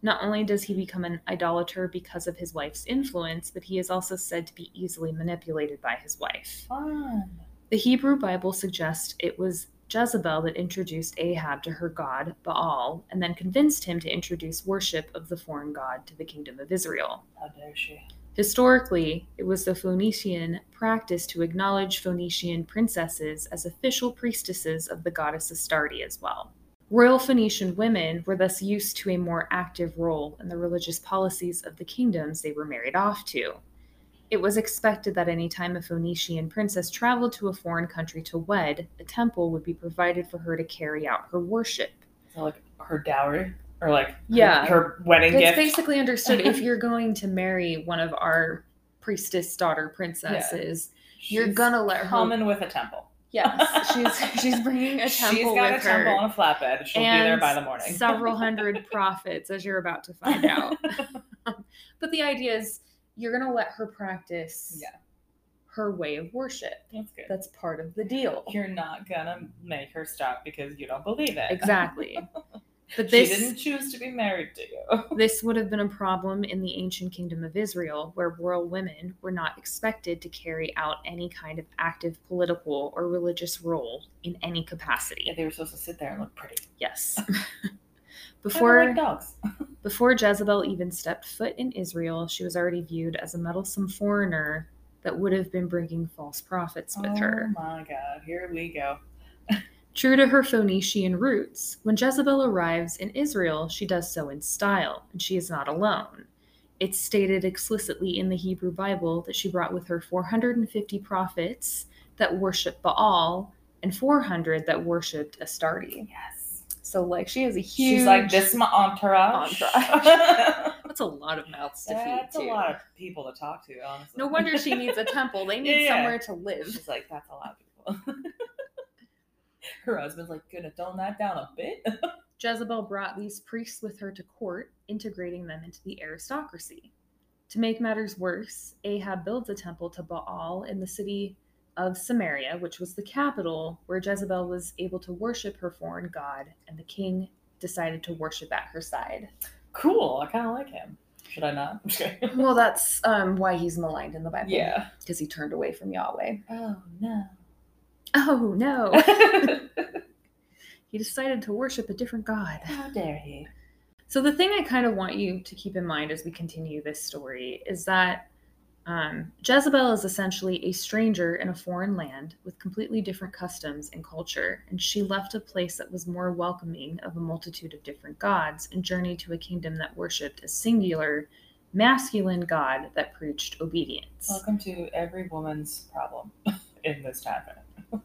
[SPEAKER 1] Not only does he become an idolater because of his wife's influence, but he is also said to be easily manipulated by his wife.
[SPEAKER 2] Fun.
[SPEAKER 1] The Hebrew Bible suggests it was Jezebel that introduced Ahab to her god, Baal, and then convinced him to introduce worship of the foreign god to the kingdom of Israel.
[SPEAKER 2] How dare she?
[SPEAKER 1] Historically, it was the Phoenician practice to acknowledge Phoenician princesses as official priestesses of the goddess Astarte as well. Royal Phoenician women were thus used to a more active role in the religious policies of the kingdoms they were married off to. It was expected that any time a Phoenician princess traveled to a foreign country to wed, a temple would be provided for her to carry out her worship.
[SPEAKER 2] So, like her dowry or like her-
[SPEAKER 1] Yeah.
[SPEAKER 2] her, wedding
[SPEAKER 1] It's
[SPEAKER 2] gift.
[SPEAKER 1] basically understood if you're going to marry one of our priestess daughter princesses, you're
[SPEAKER 2] She's
[SPEAKER 1] gonna let her-
[SPEAKER 2] coming with a temple.
[SPEAKER 1] yes,
[SPEAKER 2] <laughs>
[SPEAKER 1] she's she's bringing a temple
[SPEAKER 2] She's got
[SPEAKER 1] with
[SPEAKER 2] a temple
[SPEAKER 1] her.
[SPEAKER 2] on a flatbed. She'll be there
[SPEAKER 1] and
[SPEAKER 2] by the morning.
[SPEAKER 1] several hundred prophets, as you're about to find <laughs> out. but the idea is you're gonna let her practice
[SPEAKER 2] Yeah.
[SPEAKER 1] her way of worship.
[SPEAKER 2] That's good.
[SPEAKER 1] That's part of the deal.
[SPEAKER 2] You're not gonna make her stop because you don't believe
[SPEAKER 1] <laughs>
[SPEAKER 2] it.
[SPEAKER 1] Exactly. But
[SPEAKER 2] She
[SPEAKER 1] this
[SPEAKER 2] didn't choose to be married to you.
[SPEAKER 1] This would have been a problem in the ancient kingdom of Israel, where royal women were not expected to carry out any kind of active political or religious role in any
[SPEAKER 2] Yeah,
[SPEAKER 1] capacity.
[SPEAKER 2] they were supposed to sit there and look pretty.
[SPEAKER 1] <laughs> Yes.
[SPEAKER 2] I don't
[SPEAKER 1] before
[SPEAKER 2] like dogs.
[SPEAKER 1] before Jezebel even stepped foot in Israel, she was already viewed as a meddlesome foreigner that would have been bringing false prophets with
[SPEAKER 2] oh
[SPEAKER 1] her.
[SPEAKER 2] my god, here we go.
[SPEAKER 1] True to her Phoenician roots, when Jezebel arrives in Israel, she does so in style, and she is not alone. It's stated explicitly in the Hebrew Bible that she brought with her 450 prophets that worship Baal and 400 that worshiped Astarte.
[SPEAKER 2] Yes.
[SPEAKER 1] So, like, she has a huge.
[SPEAKER 2] She's like, this is my entourage. <laughs>
[SPEAKER 1] Entourage. That's a lot of mouths to feed.
[SPEAKER 2] That's a
[SPEAKER 1] too.
[SPEAKER 2] lot of people to talk to, honestly.
[SPEAKER 1] No wonder
[SPEAKER 2] <laughs>
[SPEAKER 1] she needs a temple. They
[SPEAKER 2] Yeah,
[SPEAKER 1] need
[SPEAKER 2] yeah.
[SPEAKER 1] somewhere to live.
[SPEAKER 2] She's like, that's a lot of people. <laughs> Her husband's like, gonna tone that down a bit. <laughs>
[SPEAKER 1] Jezebel brought these priests with her to court, integrating them into the aristocracy. To make matters worse, Ahab builds a temple to Baal in the city of Samaria, which was the capital where Jezebel was able to worship her foreign god, and the king decided to worship at her side.
[SPEAKER 2] Cool. I kind of like him. Should I not? <laughs> I'm just kidding.
[SPEAKER 1] Well, that's um, why he's maligned in the Bible.
[SPEAKER 2] yeah.
[SPEAKER 1] Because he turned away from Yahweh. <laughs>
[SPEAKER 2] Oh no.
[SPEAKER 1] Oh, no.
[SPEAKER 2] <laughs> How
[SPEAKER 1] he decided to worship a different god.
[SPEAKER 2] dare you?
[SPEAKER 1] So the thing I kind of want you to keep in mind as we continue this story is that um, Jezebel is essentially a stranger in a foreign land with completely different customs and culture, and she left a place that was more welcoming of a multitude of different gods and journeyed to a kingdom that worshipped a singular, masculine god that preached obedience.
[SPEAKER 2] Welcome to every woman's problem <laughs> in this time.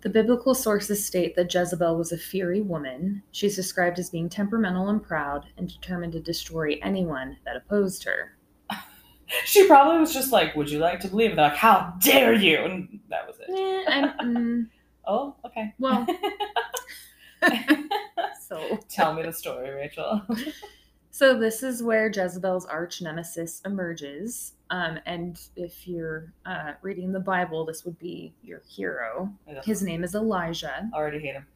[SPEAKER 1] The biblical sources state that Jezebel was a fiery woman. She's described as being temperamental and proud and determined to destroy anyone that opposed her.
[SPEAKER 2] She probably was just like, "Would you like to believe?" And they're like, "How dare you?" And that was it.
[SPEAKER 1] Eh, I'm, mm,
[SPEAKER 2] Oh, okay. <laughs>
[SPEAKER 1] well, so
[SPEAKER 2] Tell me the story, Rachel. <laughs>
[SPEAKER 1] so this is where Jezebel's arch nemesis emerges. Um, and if you're uh, reading the Bible, this would be your hero. His name is Elijah.
[SPEAKER 2] already hate him.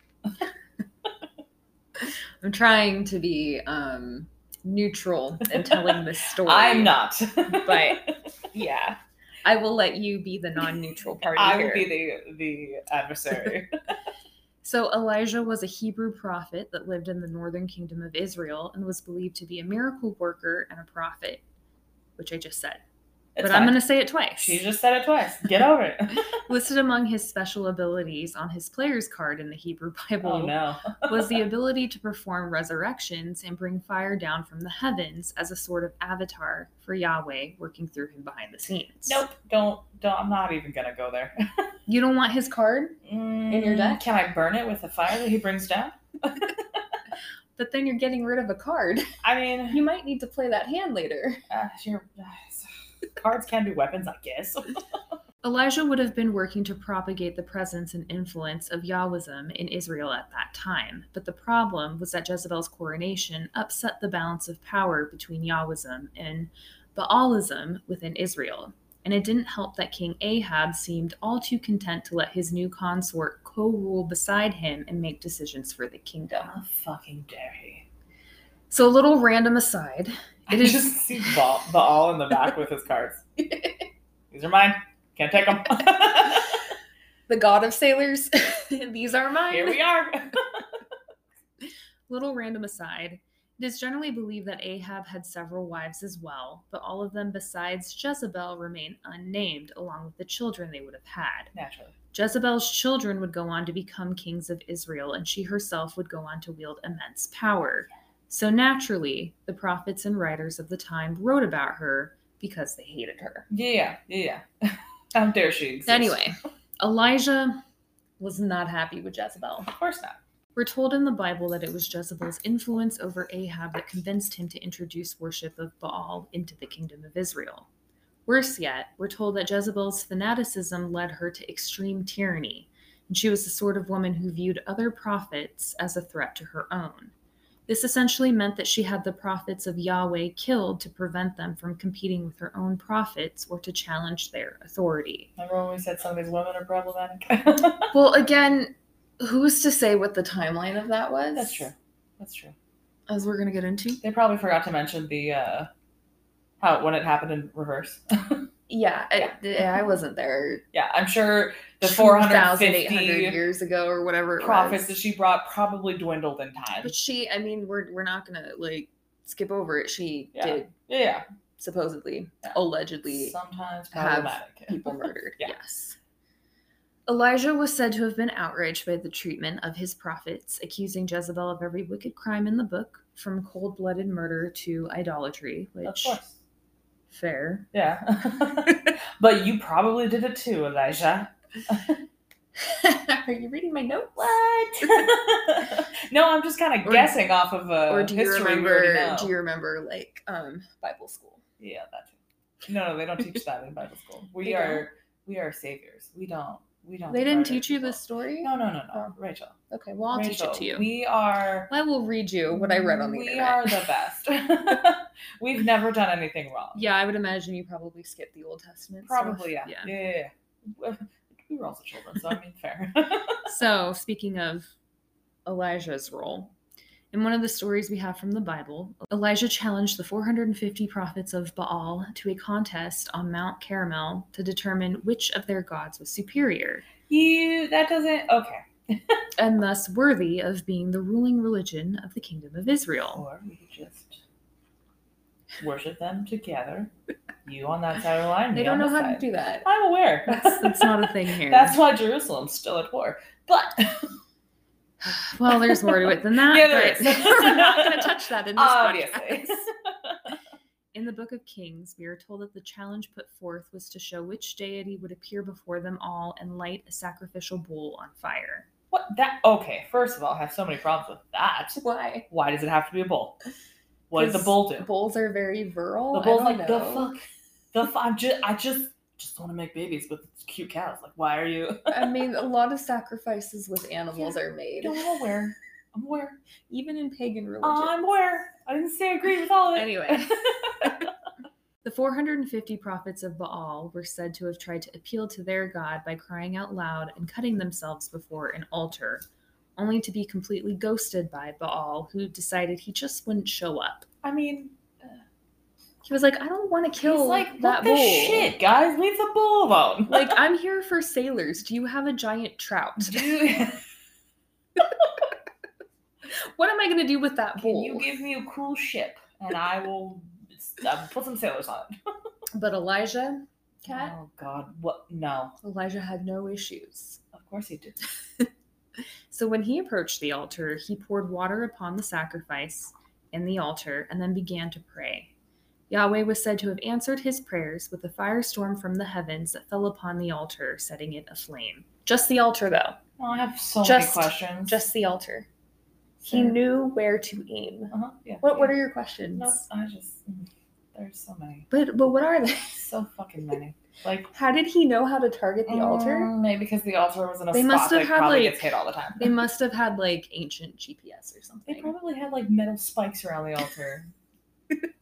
[SPEAKER 1] I'm trying to be um, neutral in telling this story.
[SPEAKER 2] <laughs> I'm not. <laughs>
[SPEAKER 1] But- Yeah, I will let you be the non-neutral party
[SPEAKER 2] I
[SPEAKER 1] here.
[SPEAKER 2] will be the
[SPEAKER 1] <laughs>
[SPEAKER 2] the adversary.
[SPEAKER 1] So Elijah was a Hebrew prophet that lived in the northern kingdom of Israel and was believed to be a miracle worker and a prophet, which I just said.
[SPEAKER 2] It's
[SPEAKER 1] but I'm
[SPEAKER 2] fine.
[SPEAKER 1] going to say it twice.
[SPEAKER 2] She just said it twice. Get over it.
[SPEAKER 1] <laughs> Listed among his special abilities on his player's card in the Hebrew <laughs> Bible
[SPEAKER 2] Oh no.
[SPEAKER 1] was
[SPEAKER 2] <laughs>
[SPEAKER 1] the ability to perform resurrections and bring fire down from the heavens as a sort of avatar for Yahweh working through him behind the scenes.
[SPEAKER 2] Nope. Don't. Don't. I'm not even gonna go there.
[SPEAKER 1] You don't want his card?
[SPEAKER 2] In
[SPEAKER 1] your deck?
[SPEAKER 2] Can I burn it with the fire that he brings down?
[SPEAKER 1] But then you're getting rid of a card. <laughs>
[SPEAKER 2] I mean,
[SPEAKER 1] You might need to play that hand later.
[SPEAKER 2] uh, your uh, cards can be weapons, I
[SPEAKER 1] <laughs>
[SPEAKER 2] guess.
[SPEAKER 1] Elijah would have been working to propagate the presence and influence of Yahwism in Israel at that time, but the problem was that Jezebel's coronation upset the balance of power between Yahwism and Baalism within Israel, and it didn't help that King Ahab seemed all too content to let his new consort co rule beside him and make decisions for the kingdom.
[SPEAKER 2] How fucking dare he?
[SPEAKER 1] So, a little random aside,
[SPEAKER 2] I
[SPEAKER 1] It
[SPEAKER 2] <laughs>
[SPEAKER 1] is-
[SPEAKER 2] just see Baal, Baal in the back with his cards.
[SPEAKER 1] <laughs>
[SPEAKER 2] These are mine. Can't take them.
[SPEAKER 1] the god of sailors, <laughs> these are mine.
[SPEAKER 2] <laughs> Here we are.
[SPEAKER 1] little random aside, It is generally believed that Ahab had several wives as well, but all of them besides Jezebel remain unnamed, along with the children they would have had.
[SPEAKER 2] Naturally.
[SPEAKER 1] Jezebel's children would go on to become kings of Israel, and she herself would go on to wield immense power. So naturally, the prophets and writers of the time wrote about her because they hated her.
[SPEAKER 2] Yeah, yeah, yeah. yeah. <laughs> How dare she exist?
[SPEAKER 1] Anyway, Elijah was not happy with Jezebel.
[SPEAKER 2] Of course not.
[SPEAKER 1] We're told in the Bible that it was Jezebel's influence over Ahab that convinced him to introduce worship of Baal into the kingdom of Israel. Worse yet, we're told that Jezebel's fanaticism led her to extreme tyranny, and she was the sort of woman who viewed other prophets as a threat to her own. This essentially meant that she had the prophets of Yahweh killed to prevent them from competing with her own prophets or to challenge their
[SPEAKER 2] <laughs>
[SPEAKER 1] authority.
[SPEAKER 2] Remember when we said some of these women are problematic? <laughs>
[SPEAKER 1] Well, again, who's to say what the timeline of that was?
[SPEAKER 2] That's true. That's true.
[SPEAKER 1] As we're going to get into.
[SPEAKER 2] They probably forgot to mention the uh how when it happened in reverse. <laughs>
[SPEAKER 1] Yeah,
[SPEAKER 2] I-
[SPEAKER 1] I wasn't there
[SPEAKER 2] yeah, I'm sure the 450
[SPEAKER 1] years ago or whatever
[SPEAKER 2] profits that she brought probably dwindled in time.
[SPEAKER 1] But she, I mean, we're we're not gonna like skip over it. She
[SPEAKER 2] Yeah.
[SPEAKER 1] did
[SPEAKER 2] Yeah,
[SPEAKER 1] supposedly,
[SPEAKER 2] Yeah. yeah.
[SPEAKER 1] allegedly,
[SPEAKER 2] sometimes
[SPEAKER 1] have <laughs>
[SPEAKER 2] problematic.
[SPEAKER 1] people murdered.
[SPEAKER 2] <laughs> Yeah.
[SPEAKER 1] Yes. Elijah was said to have been outraged by the treatment of his prophets, accusing Jezebel of every wicked crime in the book, from cold blooded murder to idolatry,
[SPEAKER 2] Of
[SPEAKER 1] which,
[SPEAKER 2] course.
[SPEAKER 1] fair. <laughs>
[SPEAKER 2] Yeah. <laughs> but you probably did it too, Elijah.
[SPEAKER 1] Are you reading my notes?
[SPEAKER 2] What? <laughs> no, I'm just kind of
[SPEAKER 1] Or-
[SPEAKER 2] guessing off of a
[SPEAKER 1] Or do you
[SPEAKER 2] Uh, history we already
[SPEAKER 1] remember?
[SPEAKER 2] know.
[SPEAKER 1] Do you remember like um, Bible school?
[SPEAKER 2] Yeah, that too. No, no, they don't teach that in Bible school. We
[SPEAKER 1] They
[SPEAKER 2] are we are saviors. We don't we don't.
[SPEAKER 1] They didn't
[SPEAKER 2] murder
[SPEAKER 1] teach you
[SPEAKER 2] people.
[SPEAKER 1] this story?
[SPEAKER 2] No, no, no, no,
[SPEAKER 1] Oh.
[SPEAKER 2] Rachel.
[SPEAKER 1] Okay, well I'll
[SPEAKER 2] Rachel,
[SPEAKER 1] teach it to you.
[SPEAKER 2] We are.
[SPEAKER 1] I will read you what I read on the
[SPEAKER 2] We
[SPEAKER 1] internet.
[SPEAKER 2] are the best. <laughs> We've never done anything wrong.
[SPEAKER 1] <laughs> Yeah, I would imagine you probably skipped the Old Testament. stuff.
[SPEAKER 2] Probably, yeah. Yeah, yeah, yeah. We were also children, so I mean, fair. <laughs>
[SPEAKER 1] So, speaking of Elijah's role, in one of the stories we have from the Bible, Elijah challenged the 450 prophets of Baal to a contest on Mount Carmel to determine which of their gods was superior
[SPEAKER 2] you that doesn't okay.
[SPEAKER 1] and thus worthy of being the ruling religion of the kingdom of Israel.
[SPEAKER 2] Or we could just worship them together. You on that side of the line.
[SPEAKER 1] They
[SPEAKER 2] me
[SPEAKER 1] don't
[SPEAKER 2] on
[SPEAKER 1] know
[SPEAKER 2] this
[SPEAKER 1] how to
[SPEAKER 2] side.
[SPEAKER 1] do that.
[SPEAKER 2] I'm aware. <laughs>
[SPEAKER 1] That's, that's not a thing here.
[SPEAKER 2] That's why Jerusalem's still at war. But
[SPEAKER 1] well, there's more to it than that. <laughs>
[SPEAKER 2] Yeah, there
[SPEAKER 1] but
[SPEAKER 2] is. <laughs>
[SPEAKER 1] we're not going to touch that in this
[SPEAKER 2] Obviously.
[SPEAKER 1] podcast. <laughs> In the book of Kings, we are told that the challenge put forth was to show which deity would appear before them all and light a sacrificial bull on fire.
[SPEAKER 2] what that okay, first of all, I have so many problems with that.
[SPEAKER 1] Why?
[SPEAKER 2] Why does it have to be a bull? What did the
[SPEAKER 1] 'Cause
[SPEAKER 2] bull do?
[SPEAKER 1] Bulls are very virile.
[SPEAKER 2] the
[SPEAKER 1] I
[SPEAKER 2] bull's
[SPEAKER 1] don't
[SPEAKER 2] like the
[SPEAKER 1] know.
[SPEAKER 2] fuck the fuck I'm just I just just want to make babies with cute cows. Like why are you
[SPEAKER 1] I mean, a lot of sacrifices with animals are made,
[SPEAKER 2] No, I'm aware. I'm aware.
[SPEAKER 1] even in pagan religion.
[SPEAKER 2] I'm aware. I didn't say I agree with all of it.
[SPEAKER 1] Anyway. <laughs> The 450 prophets of Baal were said to have tried to appeal to their god by crying out loud and cutting themselves before an altar, only to be completely ghosted by Baal, who decided he just wouldn't show up.
[SPEAKER 2] I mean
[SPEAKER 1] He was like, I don't want to
[SPEAKER 2] He's
[SPEAKER 1] kill
[SPEAKER 2] like,
[SPEAKER 1] that
[SPEAKER 2] what
[SPEAKER 1] bull.
[SPEAKER 2] the shit, guys? Leave the bull alone.
[SPEAKER 1] Like, I'm here for sailors. Do you have a giant <laughs>
[SPEAKER 2] <laughs>
[SPEAKER 1] trout?
[SPEAKER 2] Dude,
[SPEAKER 1] What am I going to do with that
[SPEAKER 2] <laughs> can
[SPEAKER 1] bull?
[SPEAKER 2] you give me a cool ship and I will uh, put some sailors on it?
[SPEAKER 1] but Elijah, cat,
[SPEAKER 2] Oh God, what? No,
[SPEAKER 1] Elijah had no issues.
[SPEAKER 2] of course he did.
[SPEAKER 1] So when he approached the altar, he poured water upon the sacrifice in the altar and then began to pray. Yahweh was said to have answered his prayers with a firestorm from the heavens that fell upon the altar, setting it aflame. Just the altar, though.
[SPEAKER 2] Oh, I have so
[SPEAKER 1] Just-
[SPEAKER 2] many questions.
[SPEAKER 1] Just the altar. He
[SPEAKER 2] Sure.
[SPEAKER 1] knew where to aim.
[SPEAKER 2] Uh-huh, yeah.
[SPEAKER 1] What What are your questions?
[SPEAKER 2] Nope. I just mm, there's so many,
[SPEAKER 1] But but what are they?
[SPEAKER 2] so fucking many. Like
[SPEAKER 1] How did he know how to target the altar?
[SPEAKER 2] mm, maybe because the altar was in a
[SPEAKER 1] They
[SPEAKER 2] spot
[SPEAKER 1] must have
[SPEAKER 2] that
[SPEAKER 1] had,
[SPEAKER 2] probably
[SPEAKER 1] like-
[SPEAKER 2] gets hit all the time.
[SPEAKER 1] They must have had like ancient GPS or
[SPEAKER 2] They
[SPEAKER 1] something.
[SPEAKER 2] probably had like metal spikes around the <laughs> altar.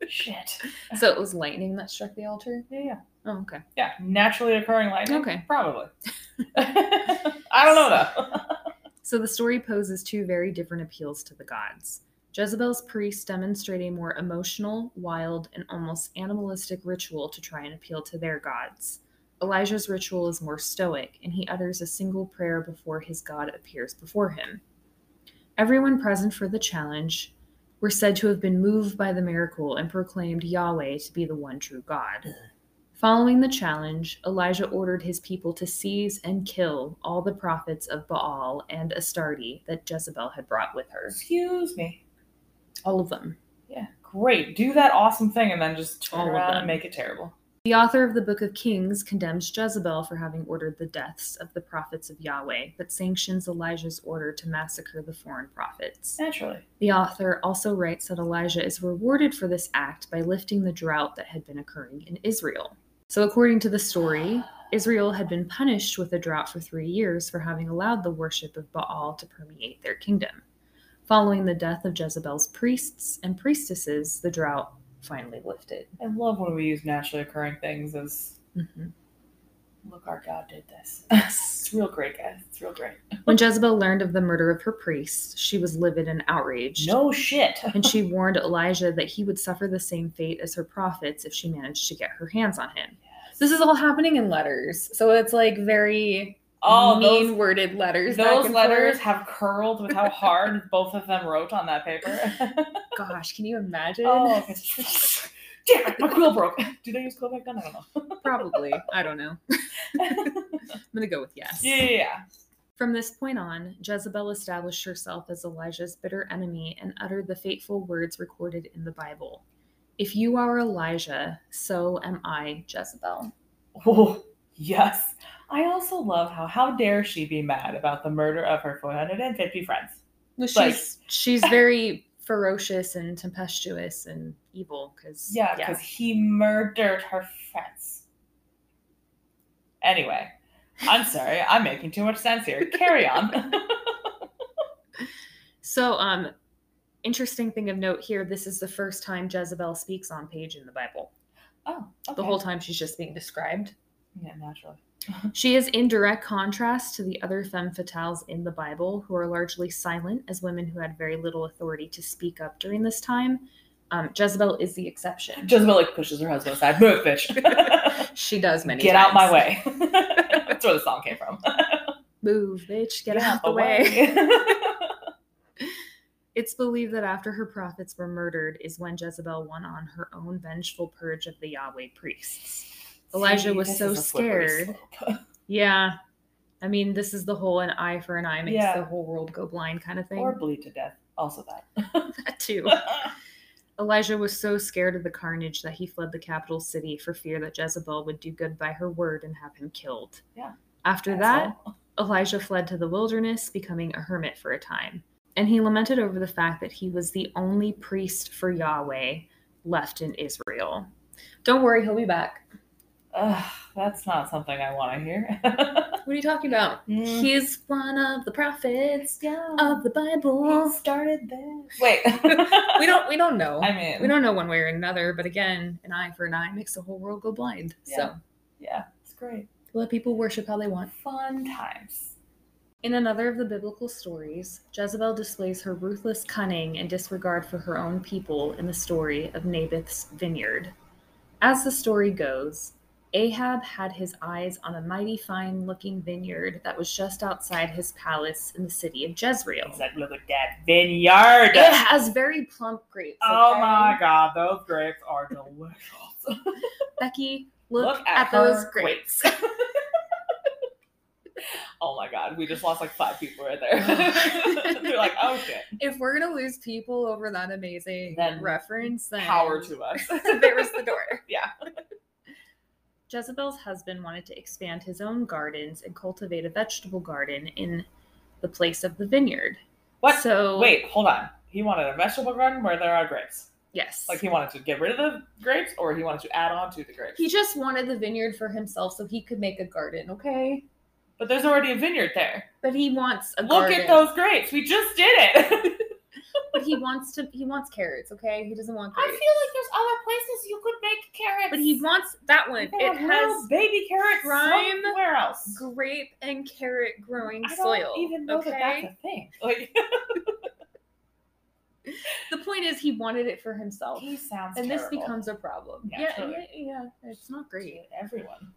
[SPEAKER 2] Shit.
[SPEAKER 1] So it was lightning that struck the altar.
[SPEAKER 2] Yeah, yeah.
[SPEAKER 1] Oh, okay.
[SPEAKER 2] Yeah, naturally occurring lightning.
[SPEAKER 1] Okay.
[SPEAKER 2] Probably. <laughs> I don't know though.
[SPEAKER 1] So the story poses two very different appeals to the gods. Jezebel's priests demonstrate a more emotional, wild, and almost animalistic ritual to try and appeal to their gods. Elijah's ritual is more stoic, and he utters a single prayer before his god appears before him. Everyone present for the challenge were said to have been moved by the miracle and proclaimed Yahweh to be the one true God. Following the challenge, Elijah ordered his people to seize and kill all the prophets of Baal and Astarte that Jezebel had brought with her.
[SPEAKER 2] Excuse me.
[SPEAKER 1] All of them.
[SPEAKER 2] Yeah, great. Do that awesome thing and then just turn
[SPEAKER 1] All of
[SPEAKER 2] around
[SPEAKER 1] them.
[SPEAKER 2] and make it terrible.
[SPEAKER 1] The author of the Book of Kings condemns Jezebel for having ordered the deaths of the prophets of Yahweh, but sanctions Elijah's order to massacre the foreign prophets.
[SPEAKER 2] Naturally.
[SPEAKER 1] The author also writes that Elijah is rewarded for this act by lifting the drought that had been occurring in Israel. So, according to the story, Israel had been punished with a drought for three years for having allowed the worship of Baal to permeate their kingdom. Following the death of Jezebel's priests and priestesses, the drought finally lifted.
[SPEAKER 2] I love when we use naturally occurring things as
[SPEAKER 1] Mhm.
[SPEAKER 2] look, our God did
[SPEAKER 1] <laughs>
[SPEAKER 2] this. it's real great, guys. It's real great.
[SPEAKER 1] When Jezebel learned of the murder of her priests, she was livid and outraged.
[SPEAKER 2] No shit.
[SPEAKER 1] <laughs> and she warned Elijah that he would suffer the same fate as her prophets if she managed to get her hands on him. This is all happening in letters. So it's like very
[SPEAKER 2] Oh,
[SPEAKER 1] mean
[SPEAKER 2] those,
[SPEAKER 1] worded letters. back
[SPEAKER 2] those
[SPEAKER 1] and
[SPEAKER 2] letters have curled with
[SPEAKER 1] <laughs>
[SPEAKER 2] how hard both of them wrote on that paper. <laughs>
[SPEAKER 1] forth. Gosh, can you imagine?
[SPEAKER 2] oh, okay. damn it, my quill broke. Do they use Quebec gun? I don't know.
[SPEAKER 1] <laughs> Probably. I don't
[SPEAKER 2] <laughs>
[SPEAKER 1] know. <laughs> I'm going to go with yes.
[SPEAKER 2] Yeah, yeah, yeah.
[SPEAKER 1] From this point on, Jezebel established herself as Elijah's bitter enemy and uttered the fateful words recorded in the Bible If you are Elijah, so am I, Jezebel.
[SPEAKER 2] Oh, yes. I also love how how dare she be mad about the murder of her 450 friends.
[SPEAKER 1] Well,
[SPEAKER 2] Like-
[SPEAKER 1] she's she's very ferocious and tempestuous and evil because
[SPEAKER 2] Yeah, because he murdered her friends. Anyway, I'm sorry, I'm making too much sense here.
[SPEAKER 1] <laughs>
[SPEAKER 2] Carry on.
[SPEAKER 1] So um, interesting thing of note here: this is the first time Jezebel speaks on page in the Bible.
[SPEAKER 2] oh, okay.
[SPEAKER 1] The whole time she's just being described.
[SPEAKER 2] yeah, naturally.
[SPEAKER 1] She is in direct contrast to the other femme fatales in the Bible, who are largely silent as women who had very little authority to speak up during this time. Um, Jezebel is the exception.
[SPEAKER 2] Jezebel like pushes her husband aside. Move, bitch.
[SPEAKER 1] she does <laughs> many.
[SPEAKER 2] Get out my
[SPEAKER 1] times.
[SPEAKER 2] way.
[SPEAKER 1] <laughs>
[SPEAKER 2] That's where the song came from.
[SPEAKER 1] Move, bitch. Get, out, the way. <laughs>
[SPEAKER 2] <laughs>
[SPEAKER 1] It's believed that after her prophets were murdered is when Jezebel went on her own vengeful purge of the Yahweh priests. Elijah was
[SPEAKER 2] this
[SPEAKER 1] so
[SPEAKER 2] is a slippery
[SPEAKER 1] scared.
[SPEAKER 2] slope. <laughs>
[SPEAKER 1] Yeah. I mean, this is the whole an eye for an eye makes
[SPEAKER 2] Yeah.
[SPEAKER 1] the whole world go blind kind of thing.
[SPEAKER 2] Or bleed to death. Also that.
[SPEAKER 1] That <laughs> too.
[SPEAKER 2] <laughs>
[SPEAKER 1] Elijah was so scared of the carnage that he fled the capital city for fear that Jezebel would do good by her word and have him killed.
[SPEAKER 2] Yeah.
[SPEAKER 1] After that, Elijah fled to the wilderness, becoming a hermit for a time. And he lamented over the fact that he was the only priest for Yahweh left in Israel. Don't worry, he'll be back.
[SPEAKER 2] Ugh, that's not something I want to hear. <laughs>
[SPEAKER 1] What are you talking about?
[SPEAKER 2] Mm.
[SPEAKER 1] He's one of the prophets
[SPEAKER 2] yeah.
[SPEAKER 1] of the Bible.
[SPEAKER 2] Oh, started this.
[SPEAKER 1] <laughs>
[SPEAKER 2] Wait. <laughs>
[SPEAKER 1] We don't we don't know.
[SPEAKER 2] I mean,
[SPEAKER 1] We don't know one way or another, but again, an eye for an eye makes the whole world go blind. So
[SPEAKER 2] Yeah. Yeah, it's great.
[SPEAKER 1] let people worship how they want.
[SPEAKER 2] Fun times.
[SPEAKER 1] In another of the biblical stories, Jezebel displays her ruthless cunning and disregard for her own people in the story of Naboth's vineyard. As the story goes, Ahab had his eyes on a mighty fine looking vineyard that was just outside his palace in the city of Jezreel.
[SPEAKER 2] He's like, look at that vineyard.
[SPEAKER 1] It <laughs> has very plump grapes.
[SPEAKER 2] Oh
[SPEAKER 1] okay?
[SPEAKER 2] my god, those grapes are delicious.
[SPEAKER 1] Becky, look, at, those
[SPEAKER 2] her
[SPEAKER 1] grapes.
[SPEAKER 2] <laughs> oh my god, we just lost like five people
[SPEAKER 1] <laughs>
[SPEAKER 2] right there. <laughs>
[SPEAKER 1] Oh.
[SPEAKER 2] They're like, oh shit.
[SPEAKER 1] If we're gonna lose people over that amazing
[SPEAKER 2] Then
[SPEAKER 1] reference, then
[SPEAKER 2] Power
[SPEAKER 1] <laughs>
[SPEAKER 2] to us. <laughs>
[SPEAKER 1] there was the door.
[SPEAKER 2] Yeah.
[SPEAKER 1] Jezebel's husband wanted to expand his own gardens and cultivate a vegetable garden in the place of the vineyard.
[SPEAKER 2] What?
[SPEAKER 1] So
[SPEAKER 2] Wait, hold on. He wanted a vegetable garden where there are grapes.
[SPEAKER 1] yes,
[SPEAKER 2] Like he wanted to get rid of the grapes or he wanted to add on to the grapes.
[SPEAKER 1] he just wanted the vineyard for himself so he could make a garden. Okay,
[SPEAKER 2] but there's already a vineyard there.
[SPEAKER 1] but he wants a
[SPEAKER 2] Look
[SPEAKER 1] garden.
[SPEAKER 2] at those grapes. We just did it. <laughs>
[SPEAKER 1] But he wants to. He wants carrots. Okay, he doesn't want.
[SPEAKER 2] I
[SPEAKER 1] Grapes.
[SPEAKER 2] feel like there's other places you could make carrots.
[SPEAKER 1] but he wants that one.
[SPEAKER 2] You can
[SPEAKER 1] It
[SPEAKER 2] have little
[SPEAKER 1] has
[SPEAKER 2] baby carrots
[SPEAKER 1] prime
[SPEAKER 2] somewhere else.
[SPEAKER 1] grape and carrot growing
[SPEAKER 2] I don't
[SPEAKER 1] soil.
[SPEAKER 2] even know
[SPEAKER 1] okay?
[SPEAKER 2] that that's a thing. Like
[SPEAKER 1] <laughs> The point is, he wanted it for himself.
[SPEAKER 2] he sounds
[SPEAKER 1] Oh. and this
[SPEAKER 2] terrible
[SPEAKER 1] becomes a problem.
[SPEAKER 2] Naturally.
[SPEAKER 1] yeah, yeah, it's not
[SPEAKER 2] to
[SPEAKER 1] great.
[SPEAKER 2] everyone.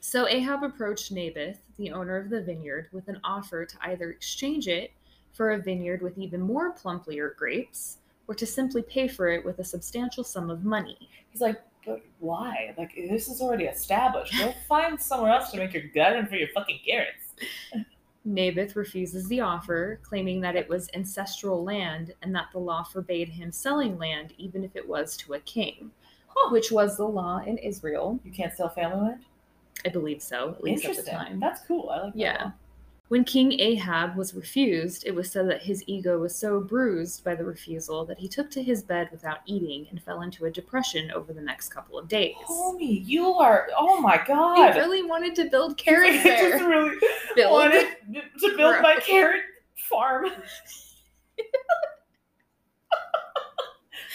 [SPEAKER 1] So Ahab approached Naboth, the owner of the vineyard, with an offer to either exchange it for a vineyard with even more plumplier grapes or to simply pay for it with a substantial sum of money.
[SPEAKER 2] He's like, but why? Like, this is already established.
[SPEAKER 1] <laughs>
[SPEAKER 2] Go find somewhere else to make your garden for your fucking carrots.
[SPEAKER 1] Naboth refuses the offer, claiming that it was ancestral land and that the law forbade him selling land even if it was to a king,
[SPEAKER 2] Huh.
[SPEAKER 1] which was the law in Israel.
[SPEAKER 2] You can't sell family land?
[SPEAKER 1] I believe so, at least at the
[SPEAKER 2] Interesting.
[SPEAKER 1] time.
[SPEAKER 2] That's cool. I like that.
[SPEAKER 1] Yeah. When King Ahab was refused, it was said that his ego was so bruised by the refusal that he took to his bed without eating and fell into a depression over the next couple of days.
[SPEAKER 2] one. Homie, you are. Oh my
[SPEAKER 1] He
[SPEAKER 2] god. <laughs>
[SPEAKER 1] really wanted to build
[SPEAKER 2] I
[SPEAKER 1] carrot
[SPEAKER 2] just
[SPEAKER 1] fair.
[SPEAKER 2] really
[SPEAKER 1] Build.
[SPEAKER 2] wanted to build my
[SPEAKER 1] Grow.
[SPEAKER 2] carrot
[SPEAKER 1] <laughs>
[SPEAKER 2] farm.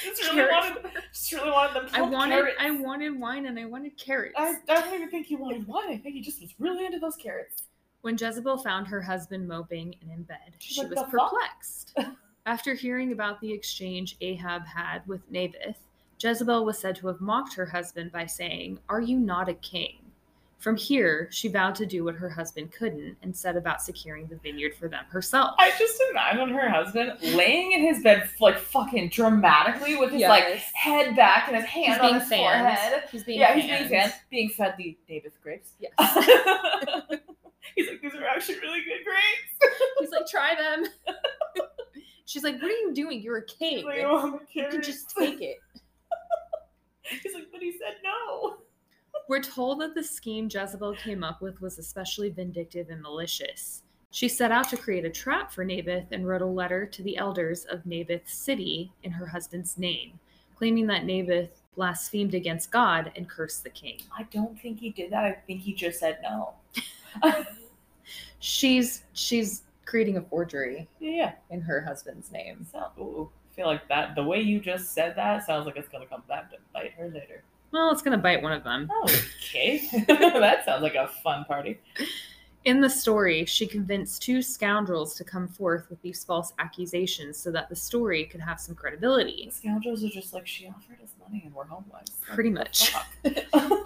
[SPEAKER 2] just, really
[SPEAKER 1] Carrot
[SPEAKER 2] wanted, just really wanted them to
[SPEAKER 1] I
[SPEAKER 2] pluck
[SPEAKER 1] wanted
[SPEAKER 2] carrots.
[SPEAKER 1] I wanted wine and I wanted carrots.
[SPEAKER 2] I, I don't even think he wanted one. I think he just was really into those carrots.
[SPEAKER 1] When Jezebel found her husband moping and in bed,
[SPEAKER 2] She's
[SPEAKER 1] she
[SPEAKER 2] like,
[SPEAKER 1] was
[SPEAKER 2] "The fuck?" <laughs>
[SPEAKER 1] perplexed. After hearing about the exchange Ahab had with Naboth, Jezebel was said to have mocked her husband by saying, Are you not a king? From here, she vowed to do what her husband couldn't and set about securing the vineyard for them herself.
[SPEAKER 2] I just imagine her husband laying in his bed, like fucking dramatically, with his like
[SPEAKER 1] Yes.
[SPEAKER 2] head back and his hand
[SPEAKER 1] He's
[SPEAKER 2] on
[SPEAKER 1] being
[SPEAKER 2] his
[SPEAKER 1] fanned.
[SPEAKER 2] forehead.
[SPEAKER 1] He's being
[SPEAKER 2] yeah,
[SPEAKER 1] fanned.
[SPEAKER 2] he's being fanned, being fed the Naboth grapes.
[SPEAKER 1] Yes.
[SPEAKER 2] <laughs> he's like, these are actually really good grapes.
[SPEAKER 1] He's like, Try
[SPEAKER 2] <laughs>
[SPEAKER 1] them. She's like, What are you doing? You're a
[SPEAKER 2] He's
[SPEAKER 1] king.
[SPEAKER 2] like, oh, I'm
[SPEAKER 1] You can
[SPEAKER 2] carrots."
[SPEAKER 1] just take it.
[SPEAKER 2] <laughs> He's like, but he said no.
[SPEAKER 1] We're told that the scheme Jezebel came up with was especially vindictive and malicious. She set out to create a trap for Naboth and wrote a letter to the elders of Naboth's city in her husband's name, claiming that Naboth blasphemed against God and cursed the king.
[SPEAKER 2] I don't think he did that. I think he just said no.
[SPEAKER 1] She's she's creating a forgery
[SPEAKER 2] Yeah.
[SPEAKER 1] in her husband's name.
[SPEAKER 2] So, ooh, I feel like that. The way you just said that sounds like it's gonna come back to bite her later.
[SPEAKER 1] Well, it's going to bite one of them.
[SPEAKER 2] Oh, <laughs> okay. that sounds like a fun party.
[SPEAKER 1] In the story, she convinced two scoundrels to come forth with these false accusations so that the story could have some credibility.
[SPEAKER 2] Scoundrels are just like she offered us money and we're homeless.
[SPEAKER 1] <laughs>
[SPEAKER 2] Like,
[SPEAKER 1] Pretty much.
[SPEAKER 2] fuck.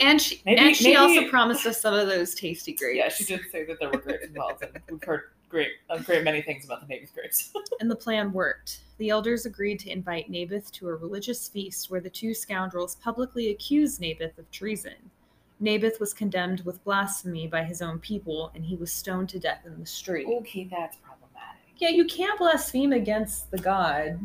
[SPEAKER 1] And she
[SPEAKER 2] Maybe-
[SPEAKER 1] and she
[SPEAKER 2] maybe-
[SPEAKER 1] also promised us some of those tasty grapes.
[SPEAKER 2] <sighs> yeah, she did say that there were grapes involved, and we've heard great, a great many things about the Naboth grapes. <laughs>
[SPEAKER 1] And the plan worked. The elders agreed to invite Naboth to a religious feast where the two scoundrels publicly accused Naboth of treason. Naboth was condemned with blasphemy by his own people, and he was stoned to death in the street.
[SPEAKER 2] okay, that's problematic.
[SPEAKER 1] Yeah, you can't blaspheme against the god.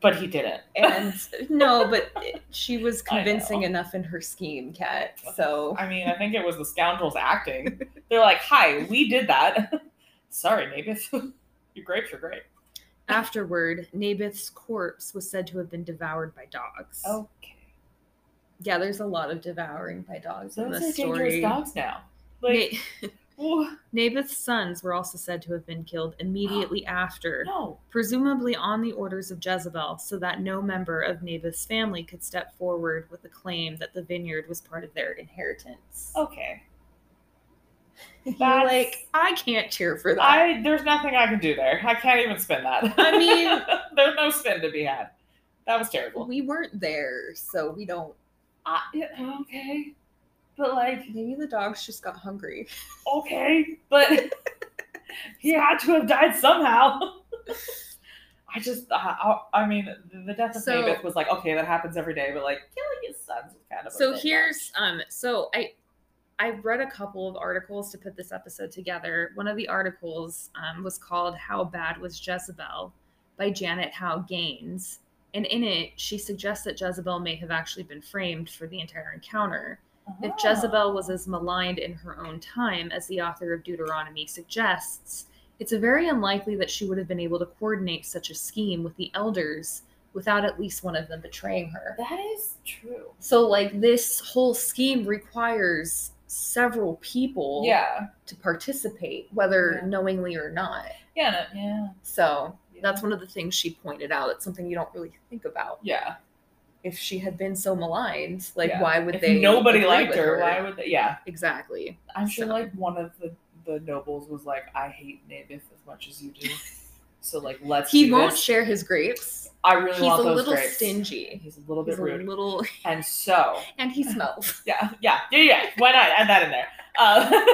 [SPEAKER 2] But he didn't. <laughs>
[SPEAKER 1] And no, but she was
[SPEAKER 2] I know.
[SPEAKER 1] convincing enough in her scheme, Kat.
[SPEAKER 2] <laughs>
[SPEAKER 1] So
[SPEAKER 2] I mean, I think it was the scoundrels acting. They're like, "Hi, we did that. <laughs> Sorry, Naboth. <laughs> Your grapes are great."
[SPEAKER 1] afterward, Naboth's corpse was said to have been devoured by dogs.
[SPEAKER 2] Okay,
[SPEAKER 1] Yeah, there's a lot of devouring by dogs in
[SPEAKER 2] those are
[SPEAKER 1] this story.
[SPEAKER 2] dangerous dogs now. Like,
[SPEAKER 1] Na-
[SPEAKER 2] wha-
[SPEAKER 1] Naboth's sons were also said to have been killed
[SPEAKER 2] <gasps>
[SPEAKER 1] immediately after,
[SPEAKER 2] no.
[SPEAKER 1] presumably on the orders of Jezebel, so that no member of Naboth's family could step forward with a claim that the vineyard was part of their inheritance.
[SPEAKER 2] Okay,
[SPEAKER 1] <laughs> You're
[SPEAKER 2] Oh, that's-
[SPEAKER 1] like, I can't cheer for that.
[SPEAKER 2] I there's nothing I can do there. I can't even spin that.
[SPEAKER 1] I mean-
[SPEAKER 2] <laughs> there's no spin to be had. That was terrible.
[SPEAKER 1] we weren't there, so we don't.
[SPEAKER 2] I, yeah, okay, but like,
[SPEAKER 1] Maybe the dogs just got hungry.
[SPEAKER 2] okay, but
[SPEAKER 1] <laughs>
[SPEAKER 2] he had to have died somehow. <laughs> I just, I, I, I mean, the death of
[SPEAKER 1] So-
[SPEAKER 2] Naboth was like, okay, that happens every day, but like killing his sons was kind of. a
[SPEAKER 1] so
[SPEAKER 2] bit
[SPEAKER 1] here's um so i i read a couple of articles to put this episode together one of the articles um, was called how bad was jezebel by janet howe gaines and in it she suggests that jezebel may have actually been framed for the entire encounter
[SPEAKER 2] much.
[SPEAKER 1] if
[SPEAKER 2] Oh.
[SPEAKER 1] jezebel was as maligned in her own time as the author of deuteronomy suggests it's very unlikely that she would have been able to coordinate such a scheme with the elders without at least one of them betraying her
[SPEAKER 2] that is true.
[SPEAKER 1] so like this whole scheme requires several people
[SPEAKER 2] Yeah.
[SPEAKER 1] to participate, whether
[SPEAKER 2] Yeah.
[SPEAKER 1] knowingly or not.
[SPEAKER 2] Yeah. No, yeah.
[SPEAKER 1] So
[SPEAKER 2] Yeah.
[SPEAKER 1] that's one of the things she pointed out. It's something you don't really think about.
[SPEAKER 2] Yeah.
[SPEAKER 1] If she had been so maligned, like
[SPEAKER 2] Yeah.
[SPEAKER 1] why would
[SPEAKER 2] If
[SPEAKER 1] they?
[SPEAKER 2] nobody
[SPEAKER 1] agree
[SPEAKER 2] liked
[SPEAKER 1] with
[SPEAKER 2] her, Why would they? Yeah.
[SPEAKER 1] Exactly.
[SPEAKER 2] I'm sure
[SPEAKER 1] So-
[SPEAKER 2] like one of the the nobles was like, I hate Naboth as much as
[SPEAKER 1] <laughs>
[SPEAKER 2] you do. So like, let's.
[SPEAKER 1] He
[SPEAKER 2] do
[SPEAKER 1] won't
[SPEAKER 2] this.
[SPEAKER 1] share his grapes.
[SPEAKER 2] I really
[SPEAKER 1] He's
[SPEAKER 2] want
[SPEAKER 1] a
[SPEAKER 2] those
[SPEAKER 1] little
[SPEAKER 2] grapes.
[SPEAKER 1] stingy.
[SPEAKER 2] He's a little bit
[SPEAKER 1] He's a
[SPEAKER 2] rude.
[SPEAKER 1] little,
[SPEAKER 2] And so
[SPEAKER 1] and
[SPEAKER 2] <laughs>
[SPEAKER 1] he smells.
[SPEAKER 2] Yeah, yeah, yeah, yeah. Why not add that in there? <laughs> Um,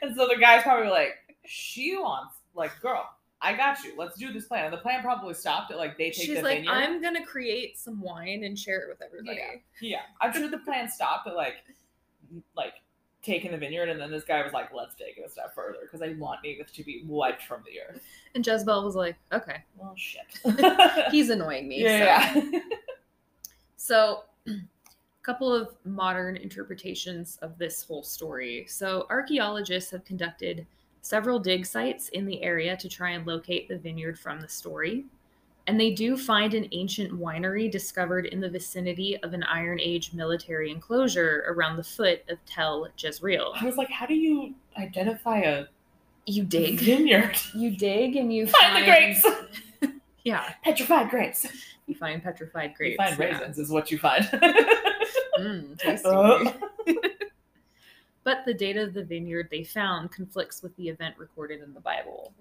[SPEAKER 2] and so the guy's probably like, she wants, like, girl, I got you. Let's do this plan. And the plan probably stopped at like they take
[SPEAKER 1] She's
[SPEAKER 2] the
[SPEAKER 1] like,
[SPEAKER 2] vineyard.
[SPEAKER 1] I'm gonna create some wine and share it with everybody.
[SPEAKER 2] Yeah. yeah, I'm sure the plan stopped at like like taking the vineyard, and then this guy was like, let's take it a step further because I want Native to be wiped from the earth.
[SPEAKER 1] And Jezebel was like, okay,
[SPEAKER 2] Well, shit. <laughs>
[SPEAKER 1] he's annoying me. so.
[SPEAKER 2] yeah, yeah.
[SPEAKER 1] So, <clears throat> a couple of modern interpretations of this whole story. So, archaeologists have conducted several dig sites in the area to try and locate the vineyard from the story. And they do find an ancient winery discovered in the vicinity of an Iron Age military enclosure around the foot of Tel Jezreel.
[SPEAKER 2] I was like, how do you identify a
[SPEAKER 1] You dig.
[SPEAKER 2] vineyard?
[SPEAKER 1] <laughs>
[SPEAKER 2] <laughs>
[SPEAKER 1] You dig and you
[SPEAKER 2] Find the grapes,
[SPEAKER 1] <laughs>
[SPEAKER 2] <laughs>
[SPEAKER 1] Yeah,
[SPEAKER 2] petrified grapes.
[SPEAKER 1] you find petrified grapes.
[SPEAKER 2] You find
[SPEAKER 1] yeah.
[SPEAKER 2] raisins is what you find. <laughs>
[SPEAKER 1] Mm, tasty.
[SPEAKER 2] Oh.
[SPEAKER 1] But the date of the vineyard they found conflicts with the event recorded in the Bible.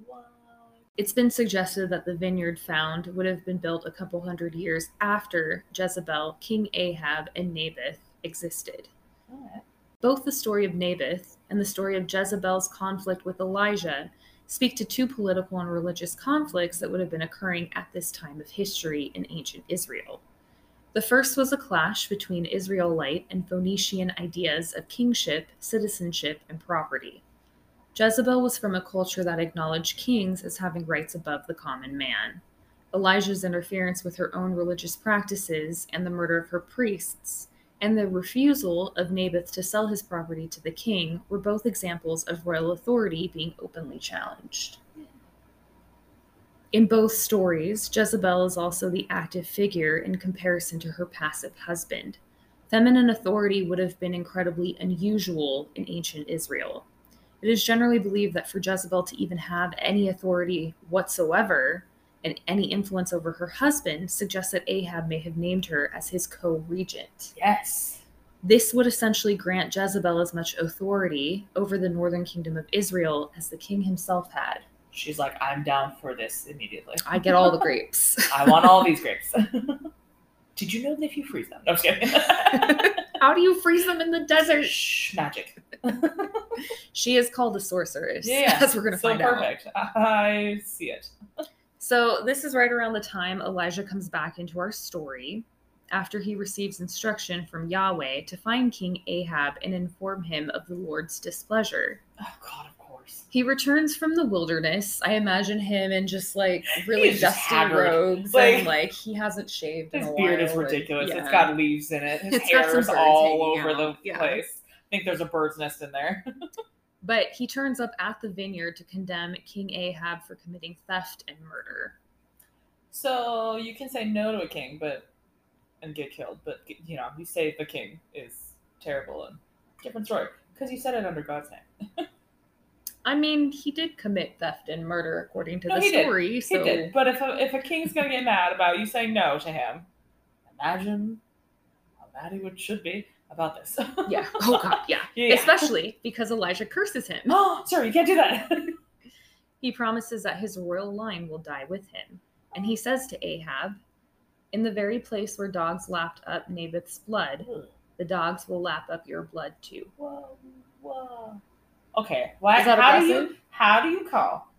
[SPEAKER 1] It's been suggested that the vineyard found would have been built a couple hundred years after Jezebel, King Ahab, and Naboth existed. Both the story of Naboth and the story of Jezebel's conflict with Elijah speak to two political and religious conflicts that would have been occurring at this time of history in ancient Israel. The first was a clash between Israelite and Phoenician ideas of kingship, citizenship, and property. Jezebel was from a culture that acknowledged kings as having rights above the common man. Elijah's interference with her own religious practices and the murder of her priests, and the refusal of Naboth to sell his property to the king were both examples of royal authority being openly challenged. In both stories, Jezebel is also the active figure in comparison to her passive husband. Feminine authority would have been incredibly unusual in ancient Israel. It is generally believed that for Jezebel to even have any authority whatsoever and any influence over her husband suggests that Ahab may have named her as his co regent.
[SPEAKER 2] Yes.
[SPEAKER 1] This would essentially grant Jezebel as much authority over the northern kingdom of Israel as the king himself had.
[SPEAKER 2] She's like, I'm down for this immediately.
[SPEAKER 1] I get all the grapes.
[SPEAKER 2] I want all these grapes. Did you know that if you freeze them? No, I'm just kidding.
[SPEAKER 1] <laughs> How do you freeze them in the desert?
[SPEAKER 2] Shh, magic.
[SPEAKER 1] She is called the sorceress.
[SPEAKER 2] Yeah,
[SPEAKER 1] <laughs> as we're gonna
[SPEAKER 2] so
[SPEAKER 1] find out.
[SPEAKER 2] perfect. I see it.
[SPEAKER 1] So this is right around the time Elijah comes back into our story after he receives instruction from Yahweh to find King Ahab and inform him of the Lord's displeasure.
[SPEAKER 2] Oh God, of course.
[SPEAKER 1] He returns from the wilderness. I imagine him in just like really
[SPEAKER 2] He's just
[SPEAKER 1] dusty
[SPEAKER 2] haggard.
[SPEAKER 1] robes
[SPEAKER 2] Like-
[SPEAKER 1] and like he hasn't shaved.
[SPEAKER 2] His
[SPEAKER 1] in a
[SPEAKER 2] beard is
[SPEAKER 1] while, and-
[SPEAKER 2] ridiculous. It's
[SPEAKER 1] yeah.
[SPEAKER 2] got leaves in it. His
[SPEAKER 1] It's got
[SPEAKER 2] hair
[SPEAKER 1] some
[SPEAKER 2] is
[SPEAKER 1] birds
[SPEAKER 2] all
[SPEAKER 1] hanging
[SPEAKER 2] over
[SPEAKER 1] out.
[SPEAKER 2] the
[SPEAKER 1] Yeah.
[SPEAKER 2] place. I think there's a bird's nest in there.
[SPEAKER 1] But he turns up at the vineyard to condemn King Ahab for committing theft and murder.
[SPEAKER 2] So you can say no to a king, but and get killed. But you know, you say the king is terrible and different story because you said it under God's name.
[SPEAKER 1] I mean, he did commit theft and murder according to
[SPEAKER 2] No,
[SPEAKER 1] the
[SPEAKER 2] he did.
[SPEAKER 1] story.
[SPEAKER 2] He
[SPEAKER 1] So
[SPEAKER 2] did, but if a, if a king's gonna get mad about you saying no to him, imagine how mad he would should be about this. <laughs>
[SPEAKER 1] yeah. Oh god, yeah.
[SPEAKER 2] Yeah.
[SPEAKER 1] Especially because Elijah curses him.
[SPEAKER 2] <gasps> oh, sorry, you can't do that. <laughs>
[SPEAKER 1] He promises that his royal line will die with him. And he says to Ahab, In the very place where dogs lapped up Naboth's blood, the dogs will lap up your blood too.
[SPEAKER 2] whoa, whoa. Okay, why?
[SPEAKER 1] Is that
[SPEAKER 2] how do you
[SPEAKER 1] aggressive?
[SPEAKER 2] how do you call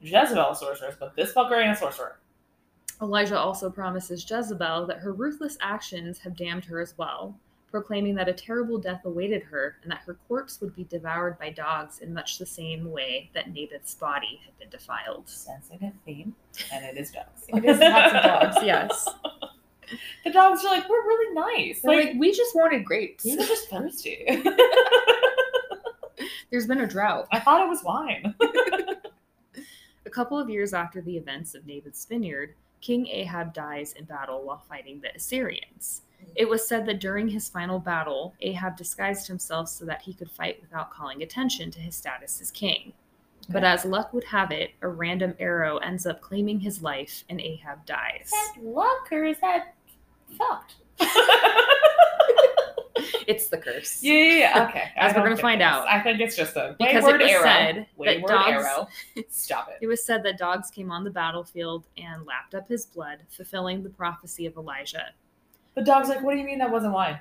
[SPEAKER 2] Jezebel a sorceress, but this Bulgarian sorcerer?
[SPEAKER 1] Elijah also promises Jezebel that her ruthless actions have damned her as well, proclaiming that a terrible death awaited her and that her corpse would be devoured by dogs in much the same way that Naboth's body had been defiled.
[SPEAKER 2] Sensing a theme, and it is dogs.
[SPEAKER 1] <laughs> It is lots of dogs, yes.
[SPEAKER 2] The dogs are like we're really nice.
[SPEAKER 1] They're
[SPEAKER 2] Like,
[SPEAKER 1] like, we just wanted grapes.
[SPEAKER 2] we were just thirsty. <laughs>
[SPEAKER 1] There's been a drought.
[SPEAKER 2] I thought it
[SPEAKER 1] <laughs>
[SPEAKER 2] was wine.
[SPEAKER 1] A couple of years after the events of Naboth's vineyard, King Ahab dies in battle while fighting the Assyrians. It was said that during his final battle, Ahab disguised himself so that he could fight without calling attention to his status as king. But as luck would have it, a random arrow ends up claiming his life and Ahab dies.
[SPEAKER 2] luck or is that <laughs> fucked?
[SPEAKER 1] <laughs> It's the curse.
[SPEAKER 2] Yeah, yeah, yeah. Okay.
[SPEAKER 1] As we're
[SPEAKER 2] I don't
[SPEAKER 1] gonna
[SPEAKER 2] think
[SPEAKER 1] find
[SPEAKER 2] it's-
[SPEAKER 1] out.
[SPEAKER 2] I think it's just a
[SPEAKER 1] Because
[SPEAKER 2] wayward
[SPEAKER 1] it was
[SPEAKER 2] arrow.
[SPEAKER 1] said that
[SPEAKER 2] wayward
[SPEAKER 1] dogs- <laughs>
[SPEAKER 2] arrow. Stop it.
[SPEAKER 1] It was said that dogs came on the battlefield and lapped up his blood, fulfilling the prophecy of Elijah.
[SPEAKER 2] The dog's like, what do you mean that wasn't wine?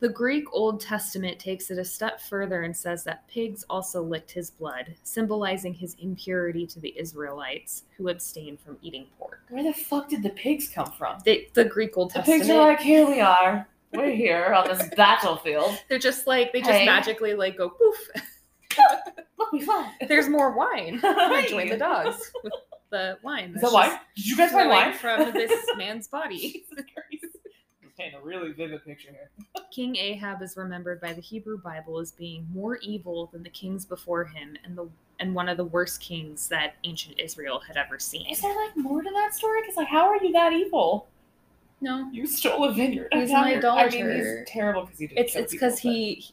[SPEAKER 1] The Greek Old Testament takes it a step further and says that pigs also licked his blood, symbolizing his impurity to the Israelites who abstained from eating pork.
[SPEAKER 2] Where the fuck did the pigs come from?
[SPEAKER 1] They, the Greek Old
[SPEAKER 2] The
[SPEAKER 1] Testament.
[SPEAKER 2] pigs are like, here we are. We're here
[SPEAKER 1] <laughs>
[SPEAKER 2] on this battlefield.
[SPEAKER 1] they're just like they just
[SPEAKER 2] Hey.
[SPEAKER 1] magically like go
[SPEAKER 2] <laughs>
[SPEAKER 1] poof.
[SPEAKER 2] Look, we <laughs> fly.
[SPEAKER 1] There's more
[SPEAKER 2] <laughs>
[SPEAKER 1] wine.
[SPEAKER 2] Hey.
[SPEAKER 1] Join the dogs with the wine.
[SPEAKER 2] Is
[SPEAKER 1] that's
[SPEAKER 2] that wine? Did you guys
[SPEAKER 1] just
[SPEAKER 2] find
[SPEAKER 1] flowing
[SPEAKER 2] wine? <laughs>
[SPEAKER 1] from this man's body.
[SPEAKER 2] Jesus Christ. I'm painting a really vivid picture here.
[SPEAKER 1] King Ahab is remembered by the Hebrew Bible as being more evil than the kings before him and the and one of the worst kings that ancient Israel had ever seen.
[SPEAKER 2] Is there like more to that story? Because like, how are you that evil?
[SPEAKER 1] No.
[SPEAKER 2] You stole a vineyard.
[SPEAKER 1] He's
[SPEAKER 2] I'm
[SPEAKER 1] an
[SPEAKER 2] not- <laughs> I mean,
[SPEAKER 1] idolater.
[SPEAKER 2] he's terrible because he didn't.
[SPEAKER 1] It's
[SPEAKER 2] kill
[SPEAKER 1] it's
[SPEAKER 2] people,
[SPEAKER 1] because he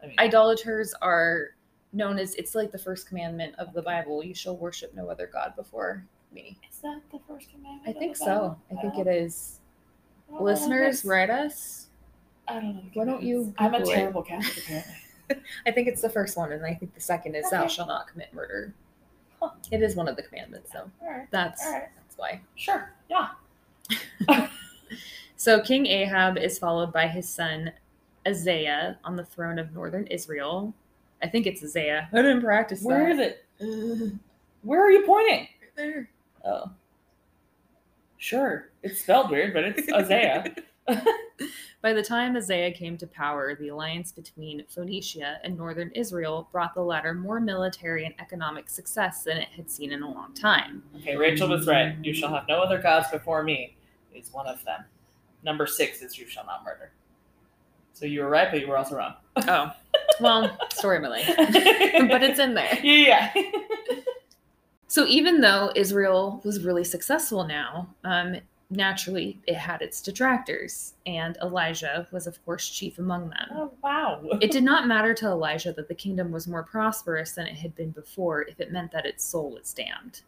[SPEAKER 2] but, I mean,
[SPEAKER 1] idolaters are known as it's like the first commandment of the Bible. You shall worship no other god before me.
[SPEAKER 2] is that the first commandment?
[SPEAKER 1] I
[SPEAKER 2] of
[SPEAKER 1] think
[SPEAKER 2] the
[SPEAKER 1] so.
[SPEAKER 2] Bible?
[SPEAKER 1] I think
[SPEAKER 2] don't-
[SPEAKER 1] it is.
[SPEAKER 2] I don't know if
[SPEAKER 1] Listeners,
[SPEAKER 2] it's-
[SPEAKER 1] write us.
[SPEAKER 2] I don't know. the
[SPEAKER 1] Why don't you
[SPEAKER 2] commandments. I'm a
[SPEAKER 1] Google it?
[SPEAKER 2] terrible Catholic apparently.
[SPEAKER 1] I think it's the first one, and I think the second is thou
[SPEAKER 2] Okay.
[SPEAKER 1] shall not commit murder.
[SPEAKER 2] Huh.
[SPEAKER 1] It is one of the commandments, though.
[SPEAKER 2] All right.
[SPEAKER 1] That's
[SPEAKER 2] All right.
[SPEAKER 1] that's why.
[SPEAKER 2] Sure. Yeah.
[SPEAKER 1] So King Ahab is followed by his son Isaiah on the throne of northern Israel. I think it's Isaiah. I didn't practice
[SPEAKER 2] Where
[SPEAKER 1] that.
[SPEAKER 2] is it?
[SPEAKER 1] Ugh,
[SPEAKER 2] Where are you pointing?
[SPEAKER 1] right there.
[SPEAKER 2] Oh. Sure. It's spelled weird, but it's
[SPEAKER 1] <laughs>
[SPEAKER 2] Isaiah.
[SPEAKER 1] By the time Isaiah came to power, the alliance between Phoenicia and northern Israel brought the latter more military and economic success than it had seen in a long time.
[SPEAKER 2] okay, Rachel was right. You shall have no other gods before me is one of them. Number six is you shall not murder. So you were right, but you were also wrong.
[SPEAKER 1] Oh. well, story of my life. but
[SPEAKER 2] <laughs> but
[SPEAKER 1] it's in there.
[SPEAKER 2] yeah, yeah.
[SPEAKER 1] So even though Israel was really successful now, um, naturally it had its detractors, and Elijah was, of course, chief among them.
[SPEAKER 2] Oh wow.
[SPEAKER 1] It did not matter to Elijah that the kingdom was more prosperous than it had been before if it meant that its soul was damned.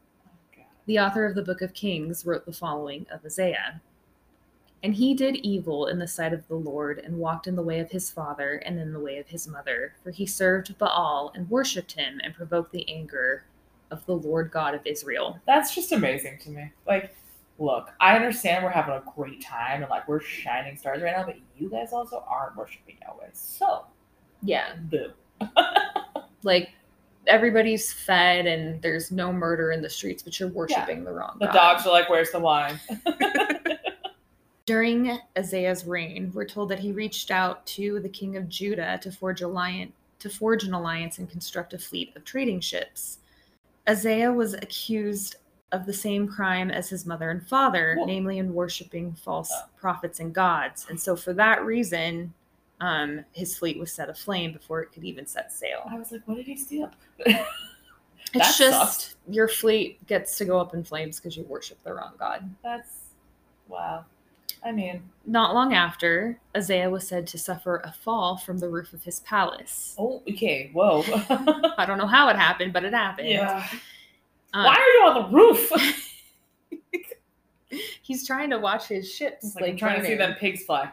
[SPEAKER 1] The author of the Book of Kings wrote the following of Isaiah And he did evil in the sight of the Lord, and walked in the way of his father, and in the way of his mother, for he served Baal, and worshipped him, and provoked the anger of the Lord God of Israel.
[SPEAKER 2] That's just amazing to me. Like, look, I understand we're having a great time and like we're shining stars right now, but you guys also aren't worshiping Yahweh. So
[SPEAKER 1] Yeah.
[SPEAKER 2] boo.
[SPEAKER 1] Like everybody's fed and there's no murder in the streets, but you're worshiping the wrong
[SPEAKER 2] The
[SPEAKER 1] God.
[SPEAKER 2] dogs are like, where's the wine?
[SPEAKER 1] During Isaiah's reign, we're told that he reached out to the king of Judah to forge alliance to forge an alliance and construct a fleet of trading ships. Isaiah was accused of the same crime as his mother and father,
[SPEAKER 2] Well-
[SPEAKER 1] namely in worshiping false
[SPEAKER 2] Oh.
[SPEAKER 1] prophets and gods. And so for that reason, um, his fleet was set aflame before it could even set sail.
[SPEAKER 2] I was like, what did he steal?
[SPEAKER 1] It's
[SPEAKER 2] That
[SPEAKER 1] just
[SPEAKER 2] sucked.
[SPEAKER 1] your fleet gets to go up in flames because you worship the wrong god.
[SPEAKER 2] That's wow. I mean,
[SPEAKER 1] Not long after, Isaiah was said to suffer a fall from the roof of his palace.
[SPEAKER 2] oh, okay, whoa. <laughs>
[SPEAKER 1] I don't know how it happened, but it happened. Um,
[SPEAKER 2] Why are you on the roof? <laughs>
[SPEAKER 1] He's trying to watch his ships.
[SPEAKER 2] It's like, I'm trying to see
[SPEAKER 1] burning.
[SPEAKER 2] them pigs fly.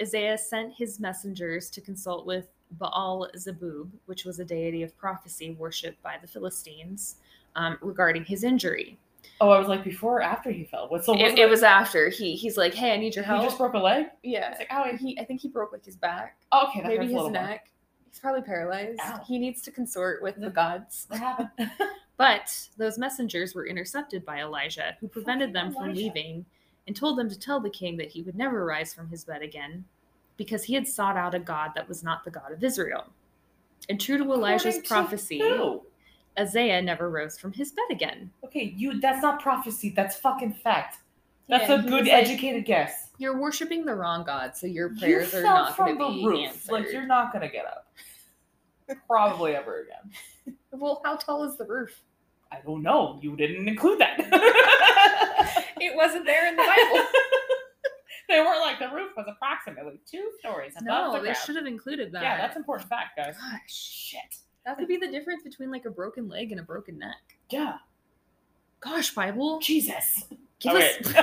[SPEAKER 1] Isaiah sent his messengers to consult with Baal Zebub, which was a deity of prophecy worshipped by the Philistines, um, regarding his injury.
[SPEAKER 2] oh, I was like, before or after he fell? What's the
[SPEAKER 1] It, it was after he he's like, "Hey, I need your
[SPEAKER 2] He
[SPEAKER 1] help."
[SPEAKER 2] just broke a leg?
[SPEAKER 1] yeah,
[SPEAKER 2] It's like, owie.
[SPEAKER 1] he I think he broke like his back.
[SPEAKER 2] Okay, that
[SPEAKER 1] maybe
[SPEAKER 2] hurts a
[SPEAKER 1] his
[SPEAKER 2] little more.
[SPEAKER 1] neck. He's probably paralyzed.
[SPEAKER 2] Ow.
[SPEAKER 1] He needs to consort with the
[SPEAKER 2] Yeah.
[SPEAKER 1] gods.
[SPEAKER 2] What happened?
[SPEAKER 1] But those messengers were intercepted by Elijah, who prevented
[SPEAKER 2] Fucking
[SPEAKER 1] them from
[SPEAKER 2] Elijah.
[SPEAKER 1] leaving and told them to tell the king that he would never rise from his bed again because he had sought out a god that was not the God of Israel. And true to Elijah's
[SPEAKER 2] According to
[SPEAKER 1] prophecy,
[SPEAKER 2] who?
[SPEAKER 1] Isaiah never rose from his bed again.
[SPEAKER 2] Okay, you that's not prophecy, that's fucking fact. That's
[SPEAKER 1] Yeah,
[SPEAKER 2] a
[SPEAKER 1] he
[SPEAKER 2] good
[SPEAKER 1] was like,
[SPEAKER 2] educated guess.
[SPEAKER 1] You're worshiping the wrong God, so your
[SPEAKER 2] You
[SPEAKER 1] prayers are
[SPEAKER 2] fell
[SPEAKER 1] not going
[SPEAKER 2] from the
[SPEAKER 1] to be
[SPEAKER 2] roof.
[SPEAKER 1] answered.
[SPEAKER 2] Like you're not gonna get up. Probably ever again.
[SPEAKER 1] Well, how tall is the roof?
[SPEAKER 2] I don't know. You didn't include that.
[SPEAKER 1] It wasn't there in the <laughs> Bible.
[SPEAKER 2] <laughs> they were like the roof was approximately two stories above
[SPEAKER 1] no,
[SPEAKER 2] the
[SPEAKER 1] they
[SPEAKER 2] ground.
[SPEAKER 1] should have included that.
[SPEAKER 2] Yeah, that's important fact, guys.
[SPEAKER 1] Gosh,
[SPEAKER 2] Shit.
[SPEAKER 1] that could be the difference between like a broken leg and a broken neck.
[SPEAKER 2] Yeah.
[SPEAKER 1] Gosh, Bible,
[SPEAKER 2] Jesus.
[SPEAKER 1] give
[SPEAKER 2] okay.
[SPEAKER 1] us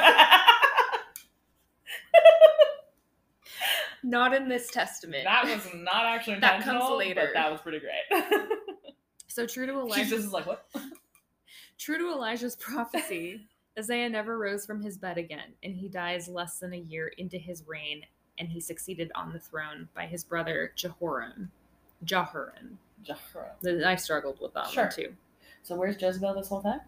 [SPEAKER 1] not in this testament.
[SPEAKER 2] <laughs> that was not actually
[SPEAKER 1] That comes
[SPEAKER 2] intentional,
[SPEAKER 1] later.
[SPEAKER 2] But that was
[SPEAKER 1] <laughs>
[SPEAKER 2] pretty great.
[SPEAKER 1] so true to Elijah.
[SPEAKER 2] Jesus is like, what?
[SPEAKER 1] True to Elijah's <laughs> prophecy, Isaiah never rose from his bed again, and he dies less than a year into his reign and he succeeded on the throne by his brother Jehoram. Jehoram.
[SPEAKER 2] Jahra.
[SPEAKER 1] Th- I struggled with that
[SPEAKER 2] Sure.
[SPEAKER 1] one too.
[SPEAKER 2] So where's Jezebel this whole time?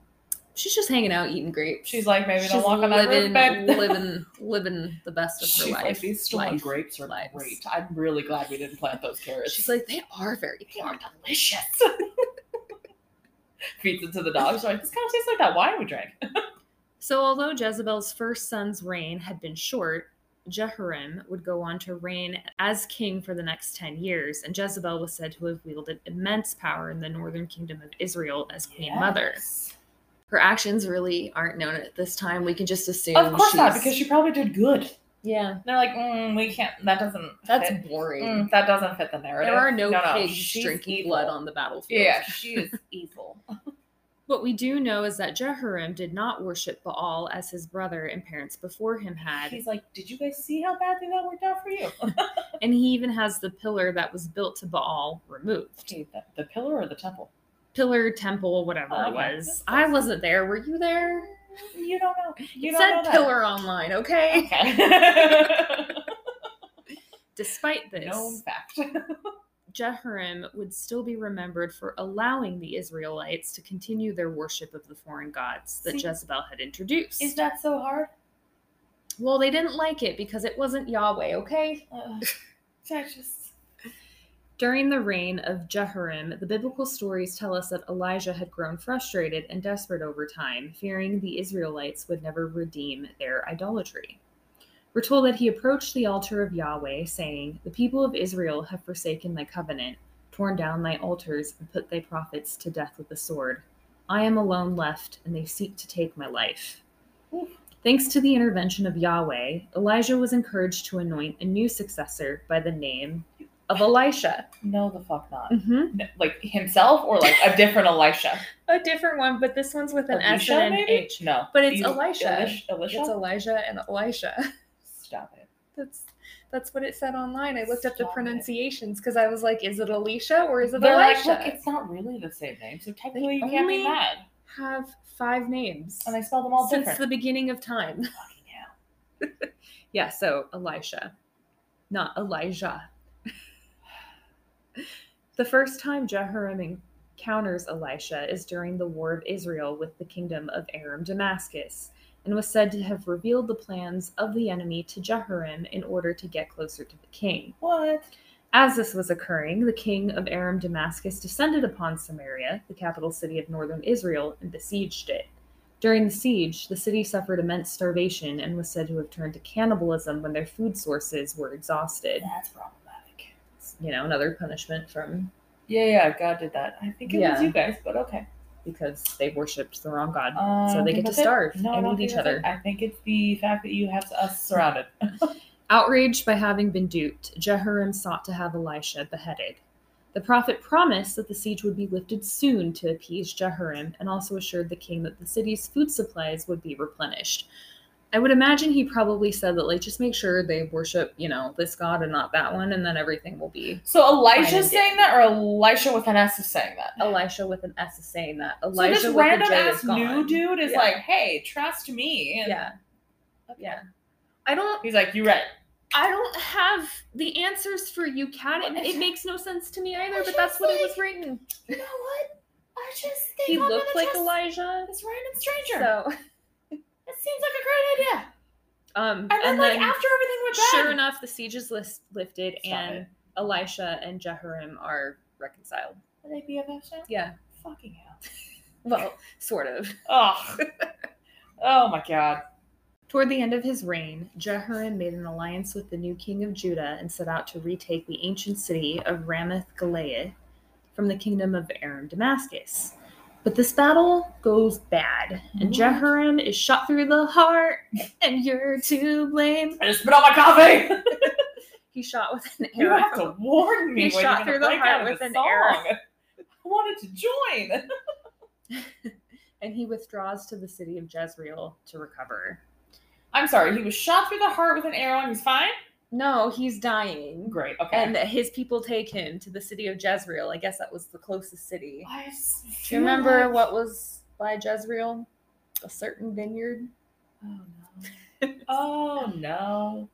[SPEAKER 1] She's just hanging out eating grapes.
[SPEAKER 2] She's like, maybe
[SPEAKER 1] She's
[SPEAKER 2] don't walk on that roof,
[SPEAKER 1] living,
[SPEAKER 2] babe. <laughs>
[SPEAKER 1] living, living the best of her
[SPEAKER 2] She's
[SPEAKER 1] life.
[SPEAKER 2] like, these stolen
[SPEAKER 1] Life.
[SPEAKER 2] grapes are
[SPEAKER 1] Life.
[SPEAKER 2] great. I'm really glad we didn't plant those carrots.
[SPEAKER 1] She's like, they are very
[SPEAKER 2] they are
[SPEAKER 1] hard.
[SPEAKER 2] delicious. Feeds it to the dogs. They're like, this kind of tastes like that wine we drank.
[SPEAKER 1] So, although Jezebel's first son's reign had been short, Jehoram would go on to reign as king for the next 10 years, and Jezebel was said to have wielded immense power in the northern kingdom of Israel as queen mother.
[SPEAKER 2] Yes.
[SPEAKER 1] Her actions really aren't known at this time. We can just assume.
[SPEAKER 2] Of course
[SPEAKER 1] she's,
[SPEAKER 2] not, because she probably did good.
[SPEAKER 1] Yeah,
[SPEAKER 2] They're like, mm, we can't. That doesn't.
[SPEAKER 1] that's
[SPEAKER 2] fit.
[SPEAKER 1] boring.
[SPEAKER 2] Mm, that doesn't fit the narrative.
[SPEAKER 1] There are no, pigs
[SPEAKER 2] she's
[SPEAKER 1] drinking
[SPEAKER 2] evil.
[SPEAKER 1] blood on the battlefield. <laughs>
[SPEAKER 2] Yeah, she is evil.
[SPEAKER 1] What we do know is that Jehoram did not worship Baal as his brother and parents before him had.
[SPEAKER 2] He's like, did you guys see how badly that worked out for you?
[SPEAKER 1] and he even has the pillar that was built to Baal removed.
[SPEAKER 2] Okay, the, the pillar or the temple?
[SPEAKER 1] Pillar, temple, whatever it
[SPEAKER 2] Oh, Okay.
[SPEAKER 1] was. I wasn't there. Were you there?
[SPEAKER 2] You don't know. You
[SPEAKER 1] it
[SPEAKER 2] don't
[SPEAKER 1] said
[SPEAKER 2] know that.
[SPEAKER 1] pillar online, okay?
[SPEAKER 2] <laughs> Okay.
[SPEAKER 1] Despite this,
[SPEAKER 2] Known fact.
[SPEAKER 1] Jehoram would still be remembered for allowing the Israelites to continue their worship of the foreign gods that
[SPEAKER 2] See?
[SPEAKER 1] Jezebel had introduced.
[SPEAKER 2] <laughs> Is that so hard?
[SPEAKER 1] well, they didn't like it because it wasn't Yahweh, okay?
[SPEAKER 2] Uh, <laughs> I just.
[SPEAKER 1] During the reign of Jehoram, the biblical stories tell us that Elijah had grown frustrated and desperate over time, fearing the Israelites would never redeem their idolatry. We're told that he approached the altar of Yahweh, saying, The people of Israel have forsaken thy covenant, torn down thy altars, and put thy prophets to death with the sword. I am alone left, and they seek to take my life.
[SPEAKER 2] Oof.
[SPEAKER 1] Thanks to the intervention of Yahweh, Elijah was encouraged to anoint a new successor by the name of Elisha.
[SPEAKER 2] No, the fuck <laughs> not.
[SPEAKER 1] Mm-hmm.
[SPEAKER 2] No, like himself or like a different <laughs> Elisha?
[SPEAKER 1] A different one, but this one's with an S
[SPEAKER 2] Elisha,
[SPEAKER 1] and an
[SPEAKER 2] maybe?
[SPEAKER 1] H.
[SPEAKER 2] No.
[SPEAKER 1] But it's
[SPEAKER 2] You-
[SPEAKER 1] Elisha.
[SPEAKER 2] Elish- Elisha?
[SPEAKER 1] It's Elijah and Elisha. <laughs>
[SPEAKER 2] Stop it.
[SPEAKER 1] That's that's what it said online. I looked up the
[SPEAKER 2] Stop it.
[SPEAKER 1] pronunciations because I was like, is it Alicia or is it
[SPEAKER 2] They're like,
[SPEAKER 1] Elisha?
[SPEAKER 2] look, it's not really the same name, so technically you can't
[SPEAKER 1] only-
[SPEAKER 2] be mad.
[SPEAKER 1] Have five names
[SPEAKER 2] And they spell them all
[SPEAKER 1] since
[SPEAKER 2] different.
[SPEAKER 1] the beginning of time.
[SPEAKER 2] Fucking hell.
[SPEAKER 1] <laughs> Yeah, so Elisha, not Elijah. <sighs> the first time Jehoram encounters Elisha is during the War of Israel with the kingdom of Aram Damascus, and was said to have revealed the plans of the enemy to Jehoram in order to get closer to the king.
[SPEAKER 2] What?
[SPEAKER 1] As this was occurring, the king of Aram Damascus descended upon Samaria, the capital city of northern Israel, and besieged it. During the siege, the city suffered immense starvation and was said to have turned to cannibalism when their food sources were exhausted.
[SPEAKER 2] That's problematic.
[SPEAKER 1] You know, another punishment from
[SPEAKER 2] Yeah, yeah, God did that. I think it
[SPEAKER 1] Yeah.
[SPEAKER 2] was you guys, but okay.
[SPEAKER 1] because they worshipped the wrong god.
[SPEAKER 2] Um,
[SPEAKER 1] they get to
[SPEAKER 2] that's it.
[SPEAKER 1] starve
[SPEAKER 2] no, I
[SPEAKER 1] and
[SPEAKER 2] don't
[SPEAKER 1] eat
[SPEAKER 2] think
[SPEAKER 1] each
[SPEAKER 2] that's
[SPEAKER 1] other.
[SPEAKER 2] it. I think it's the fact that you have us surrounded.
[SPEAKER 1] Outraged by having been duped, Jehoram sought to have Elisha beheaded. The prophet promised that the siege would be lifted soon to appease Jehoram and also assured the king that the city's food supplies would be replenished. I would imagine he probably said that, like, just make sure they worship, you know, this god and not that one, and then everything will be.
[SPEAKER 2] So
[SPEAKER 1] Fine.
[SPEAKER 2] Elisha's saying that, or Elisha with an S is saying that.
[SPEAKER 1] Elisha with an S is saying that. Elijah
[SPEAKER 2] so
[SPEAKER 1] with
[SPEAKER 2] this random
[SPEAKER 1] a J is
[SPEAKER 2] ass
[SPEAKER 1] gone.
[SPEAKER 2] new dude is
[SPEAKER 1] Yeah.
[SPEAKER 2] like, "Hey, trust me." and-
[SPEAKER 1] Yeah,
[SPEAKER 2] Okay.
[SPEAKER 1] yeah. I don't,
[SPEAKER 2] He's like, "You right."
[SPEAKER 1] I don't have the answers for you, Kat. It, it makes no sense to me either, but that's what it was written.
[SPEAKER 2] You know what? I just think
[SPEAKER 1] he
[SPEAKER 2] I'm
[SPEAKER 1] looked
[SPEAKER 2] gonna
[SPEAKER 1] like
[SPEAKER 2] trust
[SPEAKER 1] Elijah.
[SPEAKER 2] this random stranger.
[SPEAKER 1] So,
[SPEAKER 2] That seems like a great idea.
[SPEAKER 1] um,
[SPEAKER 2] And then, like after everything went bad,
[SPEAKER 1] sure enough, the siege is lis- lifted,
[SPEAKER 2] Stop
[SPEAKER 1] and
[SPEAKER 2] it.
[SPEAKER 1] Elisha and Jehoram are reconciled.
[SPEAKER 2] Are they BFFs now?
[SPEAKER 1] Yeah,
[SPEAKER 2] Fucking hell.
[SPEAKER 1] well, sort of.
[SPEAKER 2] Oh. oh my god.
[SPEAKER 1] Toward the end of his reign, Jehoram made an alliance with the new king of Judah and set out to retake the ancient city of Ramath Gilead from the kingdom of Aram Damascus. But this battle goes bad, and
[SPEAKER 2] What?
[SPEAKER 1] Jehoram is shot through the heart, and you're to blame.
[SPEAKER 2] I just spit out my coffee.
[SPEAKER 1] <laughs>
[SPEAKER 2] <laughs>
[SPEAKER 1] He shot with an
[SPEAKER 2] You
[SPEAKER 1] arrow.
[SPEAKER 2] have to warn me.
[SPEAKER 1] He
[SPEAKER 2] when
[SPEAKER 1] shot through
[SPEAKER 2] you're gonna
[SPEAKER 1] the
[SPEAKER 2] break
[SPEAKER 1] heart
[SPEAKER 2] out of
[SPEAKER 1] with
[SPEAKER 2] the
[SPEAKER 1] an
[SPEAKER 2] song.
[SPEAKER 1] arrow.
[SPEAKER 2] <laughs> I wanted to join. <laughs>
[SPEAKER 1] and he withdraws to the city of Jezreel to recover.
[SPEAKER 2] I'm sorry. He was shot through the heart with an arrow, and he's fine.
[SPEAKER 1] No, he's dying.
[SPEAKER 2] Great. Okay.
[SPEAKER 1] And his people take him to the city of Jezreel. I guess that was the closest city.
[SPEAKER 2] I s-
[SPEAKER 1] Do you remember
[SPEAKER 2] feel like-
[SPEAKER 1] what was by Jezreel? A certain vineyard.
[SPEAKER 2] Oh no. oh no.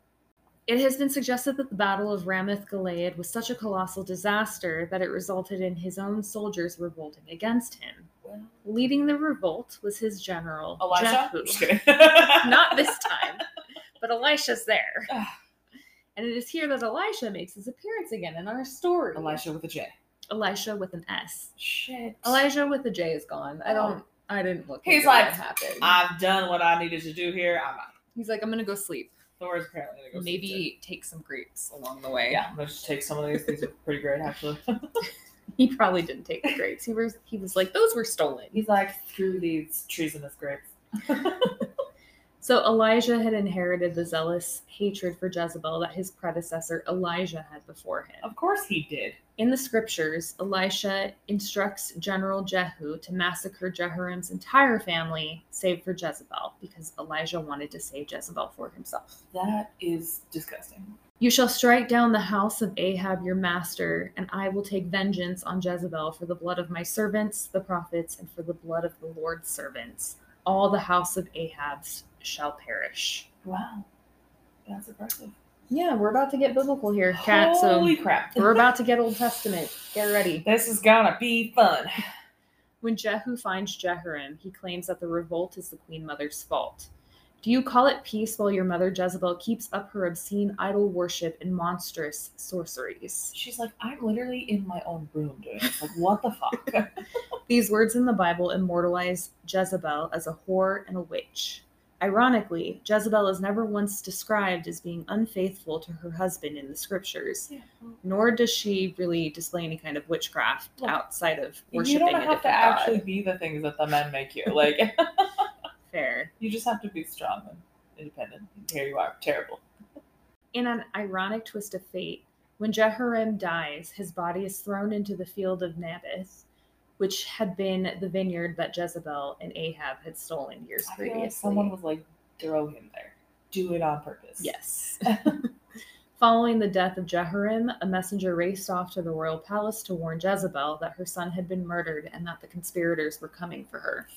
[SPEAKER 1] It has been suggested that the Battle of Ramoth Gilead was such a colossal disaster that it resulted in his own soldiers revolting against him.
[SPEAKER 2] Well,
[SPEAKER 1] Leading the revolt was his general
[SPEAKER 2] Elisha?
[SPEAKER 1] Jehu.
[SPEAKER 2] Just <laughs> kidding.
[SPEAKER 1] <laughs> Not this time, but Elisha's there.
[SPEAKER 2] <sighs> Ugh.
[SPEAKER 1] and it is here that Elisha makes his appearance again in our story.
[SPEAKER 2] Elisha with a J.
[SPEAKER 1] Elisha with an S.
[SPEAKER 2] Shit.
[SPEAKER 1] Elijah with the J is gone. I don't. I didn't look.
[SPEAKER 2] Oh. He's
[SPEAKER 1] into what
[SPEAKER 2] like,
[SPEAKER 1] happened.
[SPEAKER 2] I've done what I needed to do here. I'm out.
[SPEAKER 1] He's like, I'm gonna go sleep.
[SPEAKER 2] Thor's apparently gonna go sleep too.
[SPEAKER 1] Maybe take some grapes along the way.
[SPEAKER 2] Yeah, I'm gonna just take some of these. These are pretty great actually.
[SPEAKER 1] <laughs> He probably didn't take the grapes. He was. He was like, those were stolen.
[SPEAKER 2] <laughs> He's like threw these treasonous grapes.
[SPEAKER 1] So Elijah had inherited the zealous hatred for Jezebel that his predecessor Elijah had before him.
[SPEAKER 2] Of course he did.
[SPEAKER 1] In the scriptures, Elisha instructs General Jehu to massacre Jehoram's entire family, save for Jezebel, because Elijah wanted to save Jezebel for himself.
[SPEAKER 2] That is disgusting.
[SPEAKER 1] You shall strike down the house of Ahab your master, and I will take vengeance on Jezebel for the blood of my servants, the prophets, and for the blood of the Lord's servants. All the house of Ahab shall perish.
[SPEAKER 2] Wow. That's impressive.
[SPEAKER 1] Yeah, we're about to get biblical here, Kat. So <laughs>
[SPEAKER 2] Holy crap.
[SPEAKER 1] we're about to get Old Testament. Get ready.
[SPEAKER 2] <laughs> This is gonna be fun.
[SPEAKER 1] When Jehu finds Jehoram, he claims that the revolt is the queen mother's fault. Do you call it peace while your mother Jezebel keeps up her obscene idol worship and monstrous sorceries?
[SPEAKER 2] She's like, I'm literally in my own room doing this. Like, what the fuck?
[SPEAKER 1] These words in the Bible immortalize Jezebel as a whore and a witch. Ironically, Jezebel is never once described as being unfaithful to her husband in the scriptures, nor does she really display any kind of witchcraft
[SPEAKER 2] Yeah.
[SPEAKER 1] outside of
[SPEAKER 2] you
[SPEAKER 1] worshiping
[SPEAKER 2] don't
[SPEAKER 1] a
[SPEAKER 2] have
[SPEAKER 1] different
[SPEAKER 2] to
[SPEAKER 1] god.
[SPEAKER 2] actually be the things that the men make you. <laughs> Like,
[SPEAKER 1] Fair.
[SPEAKER 2] you just have to be strong and independent. And here you are, terrible.
[SPEAKER 1] In an ironic twist of fate, when Jehoram dies, his body is thrown into the field of Naboth, which had been the vineyard that Jezebel and Ahab had stolen years
[SPEAKER 2] I feel
[SPEAKER 1] previously.
[SPEAKER 2] like someone was like, throw him there. Do it on purpose.
[SPEAKER 1] Yes. <laughs> Following the death of Jehoram, a messenger raced off to the royal palace to warn Jezebel that her son had been murdered and that the conspirators were coming for her.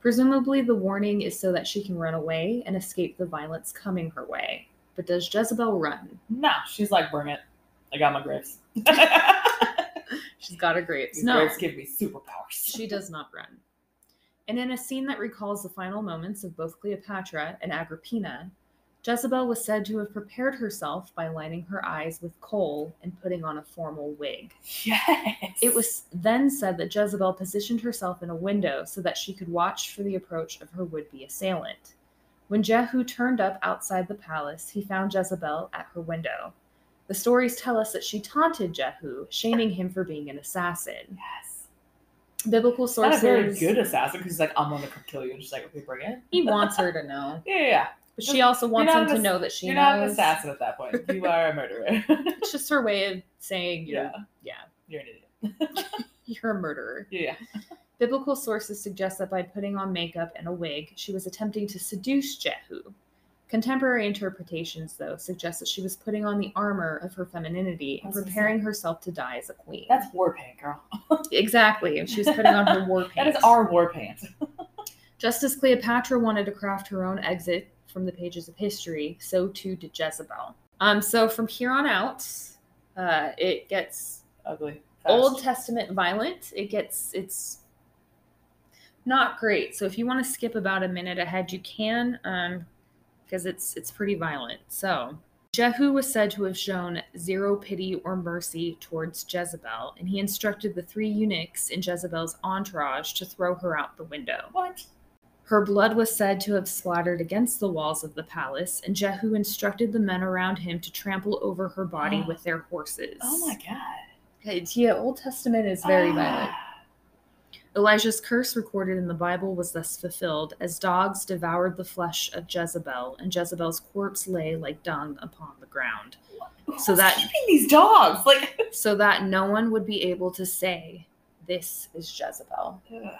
[SPEAKER 1] Presumably, the warning is so that she can run away and escape the violence coming her way. But does Jezebel run?
[SPEAKER 2] No, she's like, bring it. I got my <laughs> grapes.
[SPEAKER 1] She's got her grapes.
[SPEAKER 2] These
[SPEAKER 1] No,
[SPEAKER 2] grapes give me superpowers.
[SPEAKER 1] she does not run. And in a scene that recalls the final moments of both Cleopatra and Agrippina, Jezebel was said to have prepared herself by lining her eyes with coal and putting on a formal wig.
[SPEAKER 2] Yes.
[SPEAKER 1] It was then said that Jezebel positioned herself in a window so that she could watch for the approach of her would be assailant. When Jehu turned up outside the palace, he found Jezebel at her window. The stories tell us that she taunted Jehu, shaming him for being an assassin.
[SPEAKER 2] Yes.
[SPEAKER 1] Biblical
[SPEAKER 2] Not a
[SPEAKER 1] sources.
[SPEAKER 2] very good assassin because he's like, I'm gonna come kill you. And she's like, okay, bring it.
[SPEAKER 1] He wants her to know,
[SPEAKER 2] Yeah, yeah, yeah.
[SPEAKER 1] but she also wants
[SPEAKER 2] not
[SPEAKER 1] him
[SPEAKER 2] an
[SPEAKER 1] to
[SPEAKER 2] ass-
[SPEAKER 1] know that she
[SPEAKER 2] You're not an
[SPEAKER 1] knows.
[SPEAKER 2] assassin at that point. You are a murderer. <laughs>
[SPEAKER 1] It's just her way of saying, you're,
[SPEAKER 2] yeah.
[SPEAKER 1] yeah,
[SPEAKER 2] You're an idiot.
[SPEAKER 1] you're a murderer.
[SPEAKER 2] Yeah.
[SPEAKER 1] Biblical sources suggest that by putting on makeup and a wig, she was attempting to seduce Jehu. Contemporary interpretations, though, suggest that she was putting on the armor of her femininity and
[SPEAKER 2] That's what I
[SPEAKER 1] preparing herself to die as a queen.
[SPEAKER 2] That's war paint, girl.
[SPEAKER 1] exactly. and She was putting on her war paint.
[SPEAKER 2] <laughs> That is our war paint.
[SPEAKER 1] Just as Cleopatra wanted to craft her own exit from the pages of history, so too did Jezebel. Um, so from here on out, uh, it gets
[SPEAKER 2] Ugly. Fast.
[SPEAKER 1] Old Testament violent. It gets it's not great. So if you want to skip about a minute ahead, you can, um, because it's it's pretty violent. So Jehu was said to have shown zero pity or mercy towards Jezebel, and he instructed the three eunuchs in Jezebel's entourage to throw her out the window.
[SPEAKER 2] What?
[SPEAKER 1] Her blood was said to have splattered against the walls of the palace, and Jehu instructed the men around him to trample over her body
[SPEAKER 2] Oh.
[SPEAKER 1] with their horses.
[SPEAKER 2] Oh my god.
[SPEAKER 1] It's, yeah, Old Testament is very
[SPEAKER 2] Ah.
[SPEAKER 1] violent. Elijah's curse recorded in the Bible was thus fulfilled, as dogs devoured the flesh of Jezebel, and Jezebel's corpse lay like dung upon the ground,
[SPEAKER 2] Who's
[SPEAKER 1] So that-
[SPEAKER 2] keeping these dogs like. <laughs>
[SPEAKER 1] so that no one would be able to say, This is Jezebel.
[SPEAKER 2] Ugh.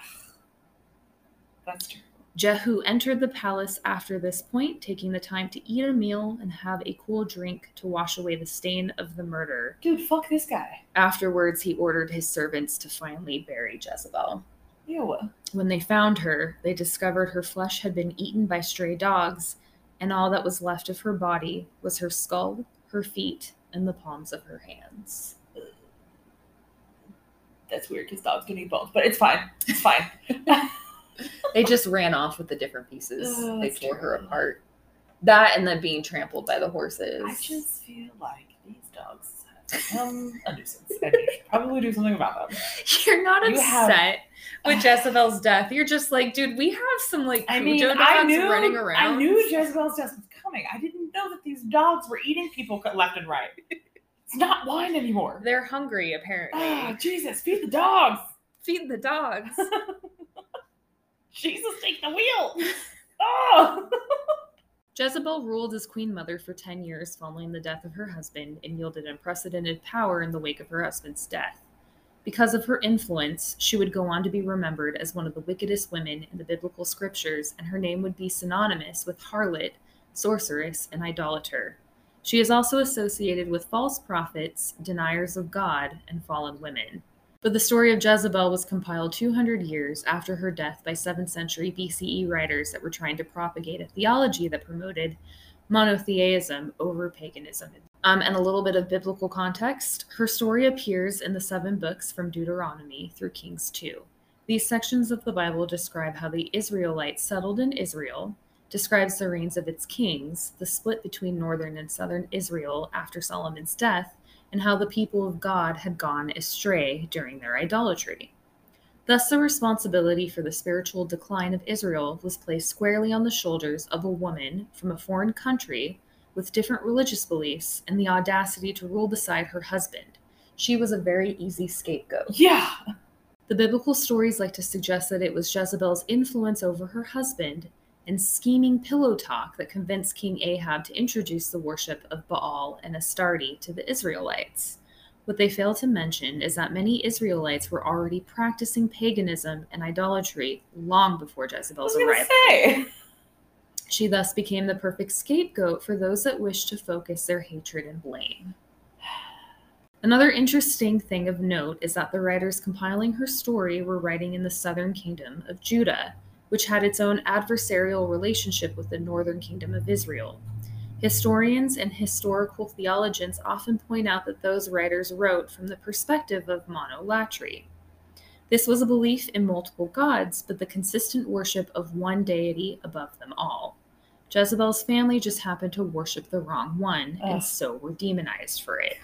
[SPEAKER 2] That's true.
[SPEAKER 1] Jehu entered the palace after this point, taking the time to eat a meal and have a cool drink to wash away the stain of the murder.
[SPEAKER 2] Dude, fuck this guy.
[SPEAKER 1] Afterwards, he ordered his servants to finally bury Jezebel.
[SPEAKER 2] Ew.
[SPEAKER 1] When they found her, they discovered her flesh had been eaten by stray dogs and all that was left of her body was her skull, her feet, and the palms of her hands.
[SPEAKER 2] That's weird because dogs don't eat bones, but it's fine.
[SPEAKER 1] <laughs>
[SPEAKER 2] It's fine.
[SPEAKER 1] They just ran off with the different pieces.
[SPEAKER 2] Oh,
[SPEAKER 1] they
[SPEAKER 2] that's
[SPEAKER 1] tore her
[SPEAKER 2] terrible.
[SPEAKER 1] apart. That and then being trampled by the horses.
[SPEAKER 2] I just feel like these dogs have become a nuisance. And you should probably do something about them.
[SPEAKER 1] <laughs> You're not
[SPEAKER 2] You have-
[SPEAKER 1] upset
[SPEAKER 2] <sighs>
[SPEAKER 1] with Jezebel's death. You're just like, dude, we have some like
[SPEAKER 2] I mean,
[SPEAKER 1] Cujo
[SPEAKER 2] I
[SPEAKER 1] dogs
[SPEAKER 2] knew
[SPEAKER 1] running around.
[SPEAKER 2] I knew Jezebel's death was coming. I didn't know that these dogs were eating people co- left
[SPEAKER 1] <laughs>
[SPEAKER 2] and right. It's not wine anymore.
[SPEAKER 1] They're hungry, apparently.
[SPEAKER 2] Ah, <sighs> Jesus, feed the dogs.
[SPEAKER 1] Feed the dogs.
[SPEAKER 2] Jesus, take
[SPEAKER 1] <laughs>
[SPEAKER 2] the wheel. Oh,
[SPEAKER 1] Jezebel ruled as queen mother for 10 years following the death of her husband and yielded unprecedented power in the wake of her husband's death. Because of her influence, she would go on to be remembered as one of the wickedest women in the biblical scriptures, and her name would be synonymous with harlot, sorceress, and idolater. She is also associated with false prophets, deniers of God, and fallen women. But the story of Jezebel was compiled 200 years after her death by 7th century BCE writers that were trying to propagate a theology that promoted monotheism over paganism. Um, and a little bit of biblical context her story appears in the seven books from Deuteronomy through Kings 2. These sections of the Bible describe how the Israelites settled in Israel, describes the reigns of its kings, the split between northern and southern Israel after Solomon's death, and how the people of God had gone astray during their idolatry. Thus, the responsibility for the spiritual decline of Israel was placed squarely on the shoulders of a woman from a foreign country with different religious beliefs and the audacity to rule beside her husband. She was a very easy scapegoat.
[SPEAKER 2] yeah.
[SPEAKER 1] The biblical stories like to suggest that it was Jezebel's influence over her husband and scheming pillow talk that convinced King Ahab to introduce the worship of Baal and Astarte to the Israelites. What they fail to mention is that many Israelites were already practicing paganism and idolatry long before
[SPEAKER 2] I was
[SPEAKER 1] Jezebel's
[SPEAKER 2] gonna
[SPEAKER 1] arrival.
[SPEAKER 2] say. <laughs>
[SPEAKER 1] She thus became the perfect scapegoat for those that wished to focus their hatred and blame. <sighs> Another interesting thing of note is that the writers compiling her story were writing in the southern kingdom of Judah, which had its own adversarial relationship with the northern kingdom of Israel. Historians and historical theologians often point out that those writers wrote from the perspective of monolatry. This was a belief in multiple gods, but the consistent worship of one deity above them all. Jezebel's family just happened to worship the wrong one,
[SPEAKER 2] Ugh.
[SPEAKER 1] and so were demonized for it.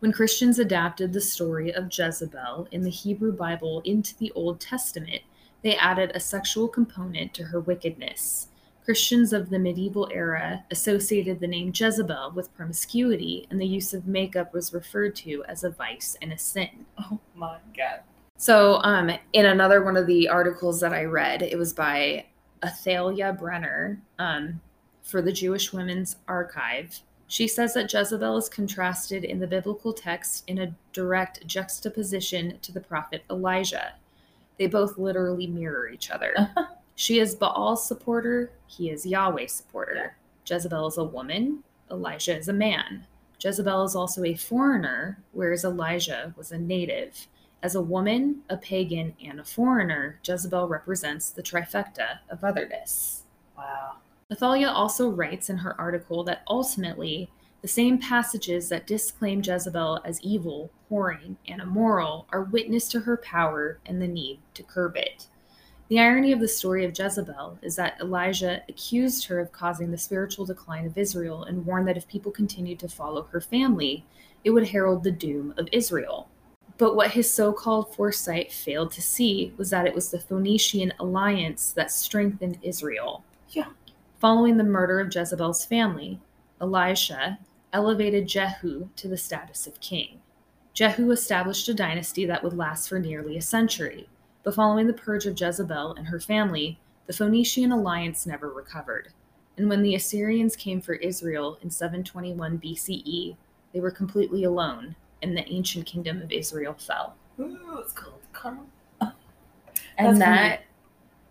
[SPEAKER 1] When Christians adapted the story of Jezebel in the Hebrew Bible into the Old Testament, they added a sexual component to her wickedness. Christians of the medieval era associated the name Jezebel with promiscuity, and the use of makeup was referred to as a vice and a sin.
[SPEAKER 2] Oh my god.
[SPEAKER 1] So, um, in another one of the articles that I read, it was by Athalia Brenner um, for the Jewish Women's Archive. She says that Jezebel is contrasted in the biblical text in a direct juxtaposition to the prophet Elijah. They both literally mirror each other. she is Baal's supporter, he is Yahweh's supporter. Jezebel is a woman, Elijah is a man. Jezebel is also a foreigner, whereas Elijah was a native. As a woman, a pagan, and a foreigner, Jezebel represents the trifecta of otherness.
[SPEAKER 2] Wow.
[SPEAKER 1] Nathalia also writes in her article that ultimately, the same passages that disclaim Jezebel as evil, whoring, and immoral are witness to her power and the need to curb it. The irony of the story of Jezebel is that Elijah accused her of causing the spiritual decline of Israel and warned that if people continued to follow her family, it would herald the doom of Israel. But what his so called foresight failed to see was that it was the Phoenician alliance that strengthened Israel.
[SPEAKER 2] Yeah.
[SPEAKER 1] Following the murder of Jezebel's family, Elisha elevated Jehu to the status of king. Jehu established a dynasty that would last for nearly a century, but following the purge of Jezebel and her family, the Phoenician alliance never recovered. And when the Assyrians came for Israel in 721 BCE, E, they were completely alone, and the ancient kingdom of Israel fell.
[SPEAKER 2] Ooh, it's called karma.
[SPEAKER 1] And
[SPEAKER 2] That's
[SPEAKER 1] that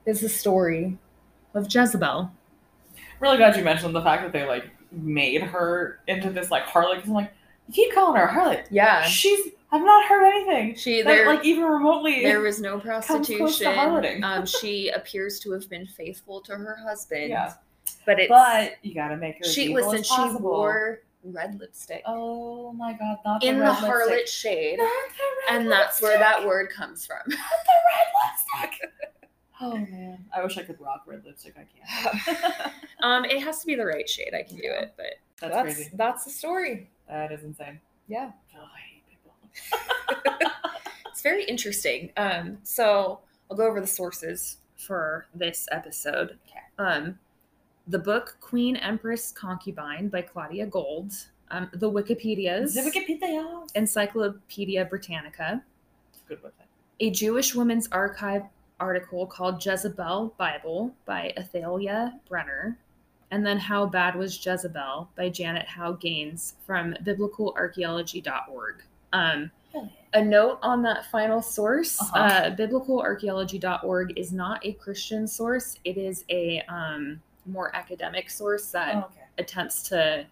[SPEAKER 1] is the story of Jezebel.
[SPEAKER 2] Really glad you mentioned the fact that they like made her into this like harlot. 'cause I'm like, you keep calling her a harlot.
[SPEAKER 1] Yeah.
[SPEAKER 2] She's. I've not heard anything.
[SPEAKER 1] She
[SPEAKER 2] That,
[SPEAKER 1] there
[SPEAKER 2] like even remotely. <laughs>
[SPEAKER 1] there was no
[SPEAKER 2] close to
[SPEAKER 1] prostitution.
[SPEAKER 2] harloting.
[SPEAKER 1] um, she appears to have been faithful to her husband.
[SPEAKER 2] Yeah.
[SPEAKER 1] But it's
[SPEAKER 2] but you gotta make her.
[SPEAKER 1] she
[SPEAKER 2] as evil
[SPEAKER 1] listen,
[SPEAKER 2] as
[SPEAKER 1] she
[SPEAKER 2] possible.
[SPEAKER 1] wore red lipstick
[SPEAKER 2] Oh my god, not
[SPEAKER 1] in the,
[SPEAKER 2] red
[SPEAKER 1] harlot
[SPEAKER 2] lipstick.
[SPEAKER 1] shade.
[SPEAKER 2] Not the <laughs> red
[SPEAKER 1] And that's where
[SPEAKER 2] lipstick.
[SPEAKER 1] that word comes
[SPEAKER 2] <laughs>
[SPEAKER 1] from.
[SPEAKER 2] Not the red lipstick. <laughs> oh man, I wish I could rock red lipstick. I can't.
[SPEAKER 1] Um, it has to be the right shade. I can do it, but
[SPEAKER 2] That's, crazy.
[SPEAKER 1] that's the story.
[SPEAKER 2] That is insane.
[SPEAKER 1] Yeah.
[SPEAKER 2] Oh, I hate people.
[SPEAKER 1] It's very interesting. Um, so I'll go over the sources for this episode.
[SPEAKER 2] Okay.
[SPEAKER 1] Um, the book Queen Empress Concubine by Claudia Gold, um, the Wikipedias,
[SPEAKER 2] Did we get pizza? y'all?
[SPEAKER 1] Encyclopedia Britannica,
[SPEAKER 2] Good with it.
[SPEAKER 1] a Jewish women's archive article called Jezebel Bible by Athalia Brenner, and then How Bad Was Jezebel by Janet Howe Gaines from biblicalarchaeology.org. Um, a note on that final source uh
[SPEAKER 2] Uh-huh.
[SPEAKER 1] biblicalarchaeology.org is not a christian source it is a um, more academic source that
[SPEAKER 2] Oh, okay.
[SPEAKER 1] attempts to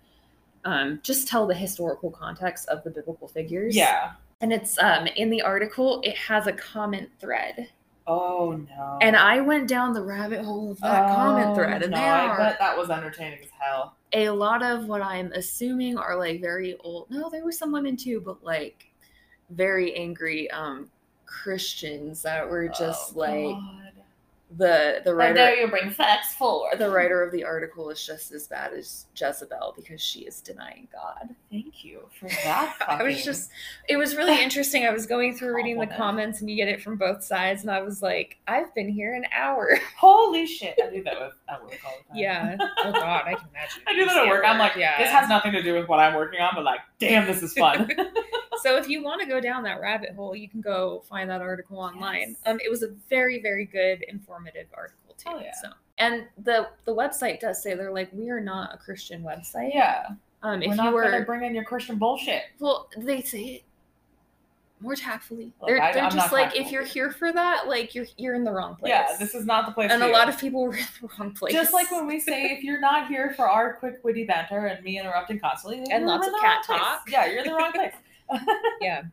[SPEAKER 1] um, just tell the historical context of the biblical figures
[SPEAKER 2] Yeah.
[SPEAKER 1] and it's um, in the article it has a comment thread
[SPEAKER 2] Oh no.
[SPEAKER 1] and i went down the rabbit hole of that comment
[SPEAKER 2] Oh,
[SPEAKER 1] thread and
[SPEAKER 2] no,
[SPEAKER 1] they
[SPEAKER 2] I
[SPEAKER 1] are
[SPEAKER 2] bet that was entertaining as hell.
[SPEAKER 1] a lot of what i'm assuming are like very old no there were some women too but like very angry um christians that were just
[SPEAKER 2] Oh,
[SPEAKER 1] like
[SPEAKER 2] God.
[SPEAKER 1] the the
[SPEAKER 2] I know
[SPEAKER 1] writer
[SPEAKER 2] you bring facts forward.
[SPEAKER 1] the writer of the article is just as bad as Jezebel because she is denying God.
[SPEAKER 2] Thank you for that.
[SPEAKER 1] <laughs> I was
[SPEAKER 2] fucking-
[SPEAKER 1] just it was really interesting. I was going through reading the
[SPEAKER 2] Compliment.
[SPEAKER 1] comments and you get it from both sides and I was like, I've been here an hour. <laughs>
[SPEAKER 2] holy shit. I do that with at work all the time.
[SPEAKER 1] Yeah. Oh god, I can imagine.
[SPEAKER 2] I do that at work. I'm like,
[SPEAKER 1] yeah.
[SPEAKER 2] this has nothing to do with what I'm working on, but like, damn, this
[SPEAKER 1] <laughs>
[SPEAKER 2] is fun.
[SPEAKER 1] so if you want to go down that rabbit hole, you can go find that article online.
[SPEAKER 2] Yes.
[SPEAKER 1] Um, it was a very, very good, informative article too.
[SPEAKER 2] Oh, yeah.
[SPEAKER 1] So, and the the website does say they're like, we are not a Christian website.
[SPEAKER 2] yeah.
[SPEAKER 1] Um,
[SPEAKER 2] We're
[SPEAKER 1] if
[SPEAKER 2] not
[SPEAKER 1] you were,
[SPEAKER 2] gonna bring in your Christian bullshit.
[SPEAKER 1] well, they say it more tactfully.
[SPEAKER 2] Look,
[SPEAKER 1] they're
[SPEAKER 2] I-
[SPEAKER 1] they're
[SPEAKER 2] I'm
[SPEAKER 1] just
[SPEAKER 2] not
[SPEAKER 1] like,
[SPEAKER 2] tactful
[SPEAKER 1] if you're
[SPEAKER 2] here.
[SPEAKER 1] here for that, like you're you're in the wrong place.
[SPEAKER 2] Yeah, this is not the place.
[SPEAKER 1] and
[SPEAKER 2] for
[SPEAKER 1] a
[SPEAKER 2] you.
[SPEAKER 1] lot of people <laughs> were in the wrong place.
[SPEAKER 2] Just like when we say, if you're not here for our quick witty banter and me interrupting constantly, then
[SPEAKER 1] And
[SPEAKER 2] you're
[SPEAKER 1] lots
[SPEAKER 2] in
[SPEAKER 1] of
[SPEAKER 2] the wrong
[SPEAKER 1] cat
[SPEAKER 2] place.
[SPEAKER 1] talk.
[SPEAKER 2] Yeah, you're in the wrong place.
[SPEAKER 1] yeah.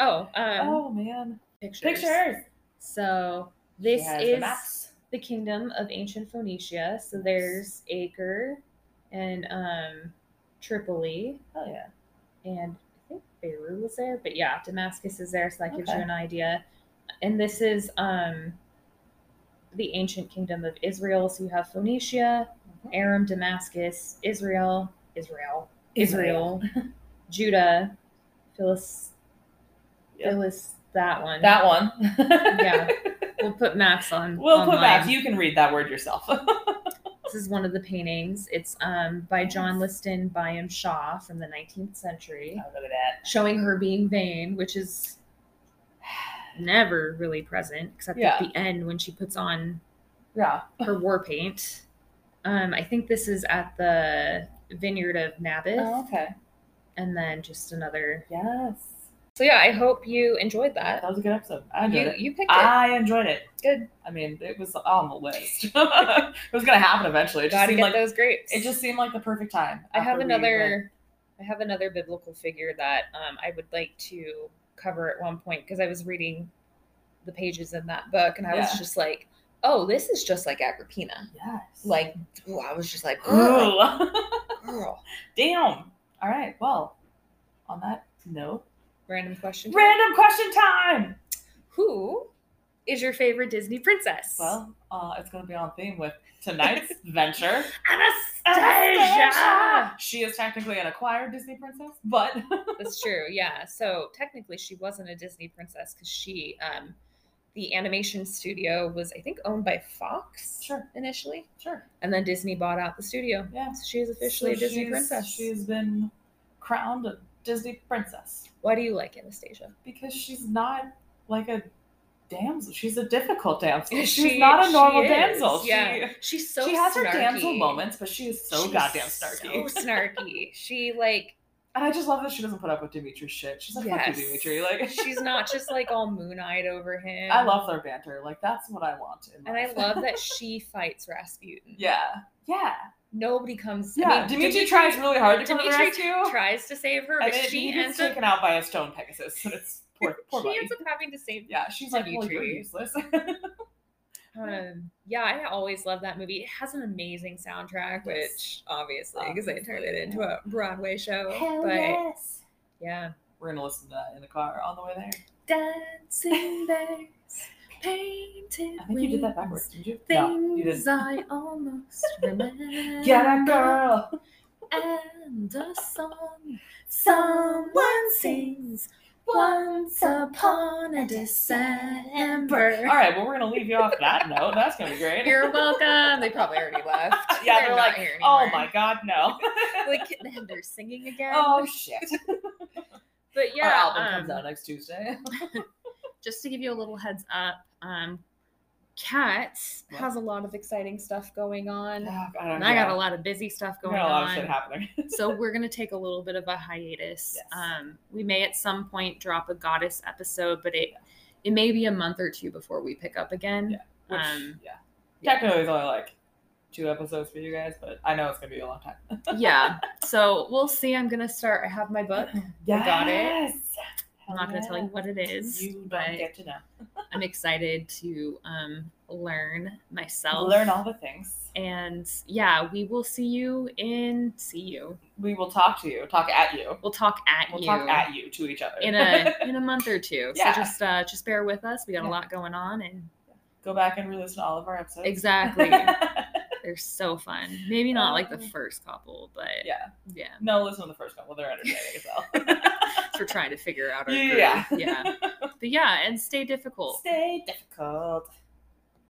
[SPEAKER 1] Oh, <laughs> um,
[SPEAKER 2] oh man,
[SPEAKER 1] pictures.
[SPEAKER 2] pictures.
[SPEAKER 1] So this
[SPEAKER 2] She has the
[SPEAKER 1] is
[SPEAKER 2] maps.
[SPEAKER 1] the kingdom of ancient Phoenicia. So there's Acre and um, Tripoli,
[SPEAKER 2] Oh yeah.
[SPEAKER 1] and I think Beirut was there, but yeah, Damascus is there, so that gives you
[SPEAKER 2] Okay.
[SPEAKER 1] an idea. And this is um, the ancient kingdom of Israel. So you have Phoenicia,
[SPEAKER 2] Mhm.
[SPEAKER 1] Aram, Damascus, Israel, Israel,
[SPEAKER 2] Israel.
[SPEAKER 1] Israel, <laughs> Judah, Phyllis,
[SPEAKER 2] Yep.
[SPEAKER 1] Phyllis, that one.
[SPEAKER 2] That one. <laughs>
[SPEAKER 1] yeah, we'll put maps on.
[SPEAKER 2] We'll put
[SPEAKER 1] online.
[SPEAKER 2] back. You can read that word yourself. <laughs>
[SPEAKER 1] This is one of the paintings. It's um, by John Liston Byam Shaw from the 19th century,
[SPEAKER 2] Oh, look at that.
[SPEAKER 1] showing her being vain, which is never really present except
[SPEAKER 2] Yeah.
[SPEAKER 1] at the end when she puts on
[SPEAKER 2] Yeah.
[SPEAKER 1] her war paint. Um, I think this is at the vineyard of Naboth,
[SPEAKER 2] Oh, okay.
[SPEAKER 1] and then just another.
[SPEAKER 2] Yes.
[SPEAKER 1] So yeah, I hope you enjoyed that.
[SPEAKER 2] That was a good episode. I enjoyed
[SPEAKER 1] You
[SPEAKER 2] it. Ah,
[SPEAKER 1] you picked it.
[SPEAKER 2] I enjoyed it.
[SPEAKER 1] Good.
[SPEAKER 2] I mean, it was on the list. <laughs> it was gonna happen eventually. It just
[SPEAKER 1] Gotta
[SPEAKER 2] seemed
[SPEAKER 1] get
[SPEAKER 2] like
[SPEAKER 1] those grapes.
[SPEAKER 2] it just seemed like the perfect time.
[SPEAKER 1] I have
[SPEAKER 2] after we went-
[SPEAKER 1] another I have another biblical figure that um, I would like to cover at one point because I was reading the pages in that book and I was
[SPEAKER 2] Yeah.
[SPEAKER 1] just like, oh, this is just like Agrippina.
[SPEAKER 2] Yes.
[SPEAKER 1] Like ooh, I was just like, girl,
[SPEAKER 2] <laughs> Ooh.
[SPEAKER 1] girl.
[SPEAKER 2] Damn. All right. Well, on that note,
[SPEAKER 1] Random question.
[SPEAKER 2] random question time.
[SPEAKER 1] Who is your favorite Disney princess?
[SPEAKER 2] Well, uh, it's gonna be on theme with
[SPEAKER 1] <laughs>
[SPEAKER 2] tonight's venture.
[SPEAKER 1] Anastasia.
[SPEAKER 2] She is technically an acquired Disney princess, but
[SPEAKER 1] <laughs> That's true. Yeah. So technically, she wasn't a Disney princess because she, um, the animation studio was, I think, owned by Fox
[SPEAKER 2] Sure.
[SPEAKER 1] initially.
[SPEAKER 2] sure.
[SPEAKER 1] And then Disney bought out the studio.
[SPEAKER 2] Yeah.
[SPEAKER 1] So she is officially
[SPEAKER 2] So
[SPEAKER 1] a Disney
[SPEAKER 2] she's-
[SPEAKER 1] princess.
[SPEAKER 2] She's been crowned a Disney princess
[SPEAKER 1] Why do you like Anastasia?
[SPEAKER 2] because she's not like a damsel. She's a difficult damsel. <laughs> She's
[SPEAKER 1] She-
[SPEAKER 2] not a
[SPEAKER 1] she
[SPEAKER 2] normal
[SPEAKER 1] is,
[SPEAKER 2] damsel.
[SPEAKER 1] yeah.
[SPEAKER 2] She,
[SPEAKER 1] She's so
[SPEAKER 2] she has her
[SPEAKER 1] snarky.
[SPEAKER 2] damsel moments, but she is so
[SPEAKER 1] She's
[SPEAKER 2] goddamn snarky.
[SPEAKER 1] So
[SPEAKER 2] <laughs>
[SPEAKER 1] snarky. She like
[SPEAKER 2] and I just love that she doesn't put up with Dimitri's shit. She's like,
[SPEAKER 1] yes.
[SPEAKER 2] fuck you, Dimitri. Like,
[SPEAKER 1] she's not just like all moon eyed over him.
[SPEAKER 2] <laughs> I love their banter. Like, that's what I want. In
[SPEAKER 1] and I
[SPEAKER 2] life.
[SPEAKER 1] love that she fights Rasputin.
[SPEAKER 2] <laughs> yeah. Yeah.
[SPEAKER 1] Nobody comes.
[SPEAKER 2] Yeah.
[SPEAKER 1] I mean,
[SPEAKER 2] Dimitri, tries really hard to come to the
[SPEAKER 1] Dimitri
[SPEAKER 2] rescue.
[SPEAKER 1] tries to save her,
[SPEAKER 2] and
[SPEAKER 1] but
[SPEAKER 2] then
[SPEAKER 1] she
[SPEAKER 2] he gets
[SPEAKER 1] ends up
[SPEAKER 2] taken out by a stone
[SPEAKER 1] <laughs>
[SPEAKER 2] Pegasus. <laughs> And it's poor, poor
[SPEAKER 1] she
[SPEAKER 2] buddy.
[SPEAKER 1] ends up having to save
[SPEAKER 2] <laughs> yeah. She's like, well, you're
[SPEAKER 1] Dimitri.
[SPEAKER 2] useless.
[SPEAKER 1] Um, yeah, I always love that movie. It has an amazing soundtrack,
[SPEAKER 2] Yes.
[SPEAKER 1] which obviously because they turned it
[SPEAKER 2] Obviously,
[SPEAKER 1] into a Broadway show. but
[SPEAKER 2] yes.
[SPEAKER 1] yeah,
[SPEAKER 2] We're gonna listen to that in the car on the way there.
[SPEAKER 1] <laughs> dancing bears, painted
[SPEAKER 2] I think you did
[SPEAKER 1] wings,
[SPEAKER 2] that backwards, didn't you? no, you
[SPEAKER 1] Things
[SPEAKER 2] didn't.
[SPEAKER 1] I <laughs> almost remember.
[SPEAKER 2] Get a girl.
[SPEAKER 1] and a song someone sings once upon a December.
[SPEAKER 2] <laughs> All right, well, we're gonna leave you off that note. That's gonna be
[SPEAKER 1] <laughs>
[SPEAKER 2] great.
[SPEAKER 1] You're welcome. They probably already <laughs> left. They're
[SPEAKER 2] yeah, they're
[SPEAKER 1] not
[SPEAKER 2] like,
[SPEAKER 1] here
[SPEAKER 2] oh
[SPEAKER 1] anymore."
[SPEAKER 2] my god, no.
[SPEAKER 1] Like and they're singing again.
[SPEAKER 2] oh shit.
[SPEAKER 1] but
[SPEAKER 2] Our
[SPEAKER 1] <laughs> yeah,
[SPEAKER 2] album comes
[SPEAKER 1] um,
[SPEAKER 2] out next Tuesday.
[SPEAKER 1] just to give you a little heads up, um, Cat
[SPEAKER 2] What?
[SPEAKER 1] has a lot of exciting stuff going
[SPEAKER 2] <sighs>
[SPEAKER 1] on,
[SPEAKER 2] Oh, God,
[SPEAKER 1] and I got a lot of busy stuff
[SPEAKER 2] yeah.
[SPEAKER 1] going
[SPEAKER 2] We got a lot
[SPEAKER 1] on.
[SPEAKER 2] of shit happening. <laughs>
[SPEAKER 1] so we're gonna take a little bit of a hiatus.
[SPEAKER 2] Yes.
[SPEAKER 1] Um, we may at some point drop a goddess episode, but it it may be a month or two before we pick up again.
[SPEAKER 2] Which,
[SPEAKER 1] Um,
[SPEAKER 2] yeah.
[SPEAKER 1] yeah.
[SPEAKER 2] Technically, it's only like two episodes for you guys, but I know it's gonna be a long time.
[SPEAKER 1] Yeah. So we'll see. I'm gonna start. I have my book. got it. I'm not gonna tell you what it is.
[SPEAKER 2] You don't
[SPEAKER 1] but
[SPEAKER 2] get to know.
[SPEAKER 1] I'm excited to um, learn myself.
[SPEAKER 2] Learn all the things.
[SPEAKER 1] And yeah, we will see you in see you.
[SPEAKER 2] We will talk to you. Talk at you.
[SPEAKER 1] We'll talk at
[SPEAKER 2] We'll
[SPEAKER 1] you.
[SPEAKER 2] talk at you to each other.
[SPEAKER 1] in a in a month or two.
[SPEAKER 2] <laughs> Yeah.
[SPEAKER 1] So just uh just bear with us. We got
[SPEAKER 2] Yeah.
[SPEAKER 1] a lot going on
[SPEAKER 2] <laughs>
[SPEAKER 1] and
[SPEAKER 2] <laughs> Go back and re-listen to all of our episodes.
[SPEAKER 1] exactly. They're so fun. Maybe not like the
[SPEAKER 2] Um,
[SPEAKER 1] first couple, but
[SPEAKER 2] yeah.
[SPEAKER 1] yeah.
[SPEAKER 2] <laughs> No, listen to the first couple. They're entertaining as well.
[SPEAKER 1] We're trying to figure out our
[SPEAKER 2] Yeah. <laughs>
[SPEAKER 1] groove. Yeah. But yeah, and stay difficult.
[SPEAKER 2] Stay difficult.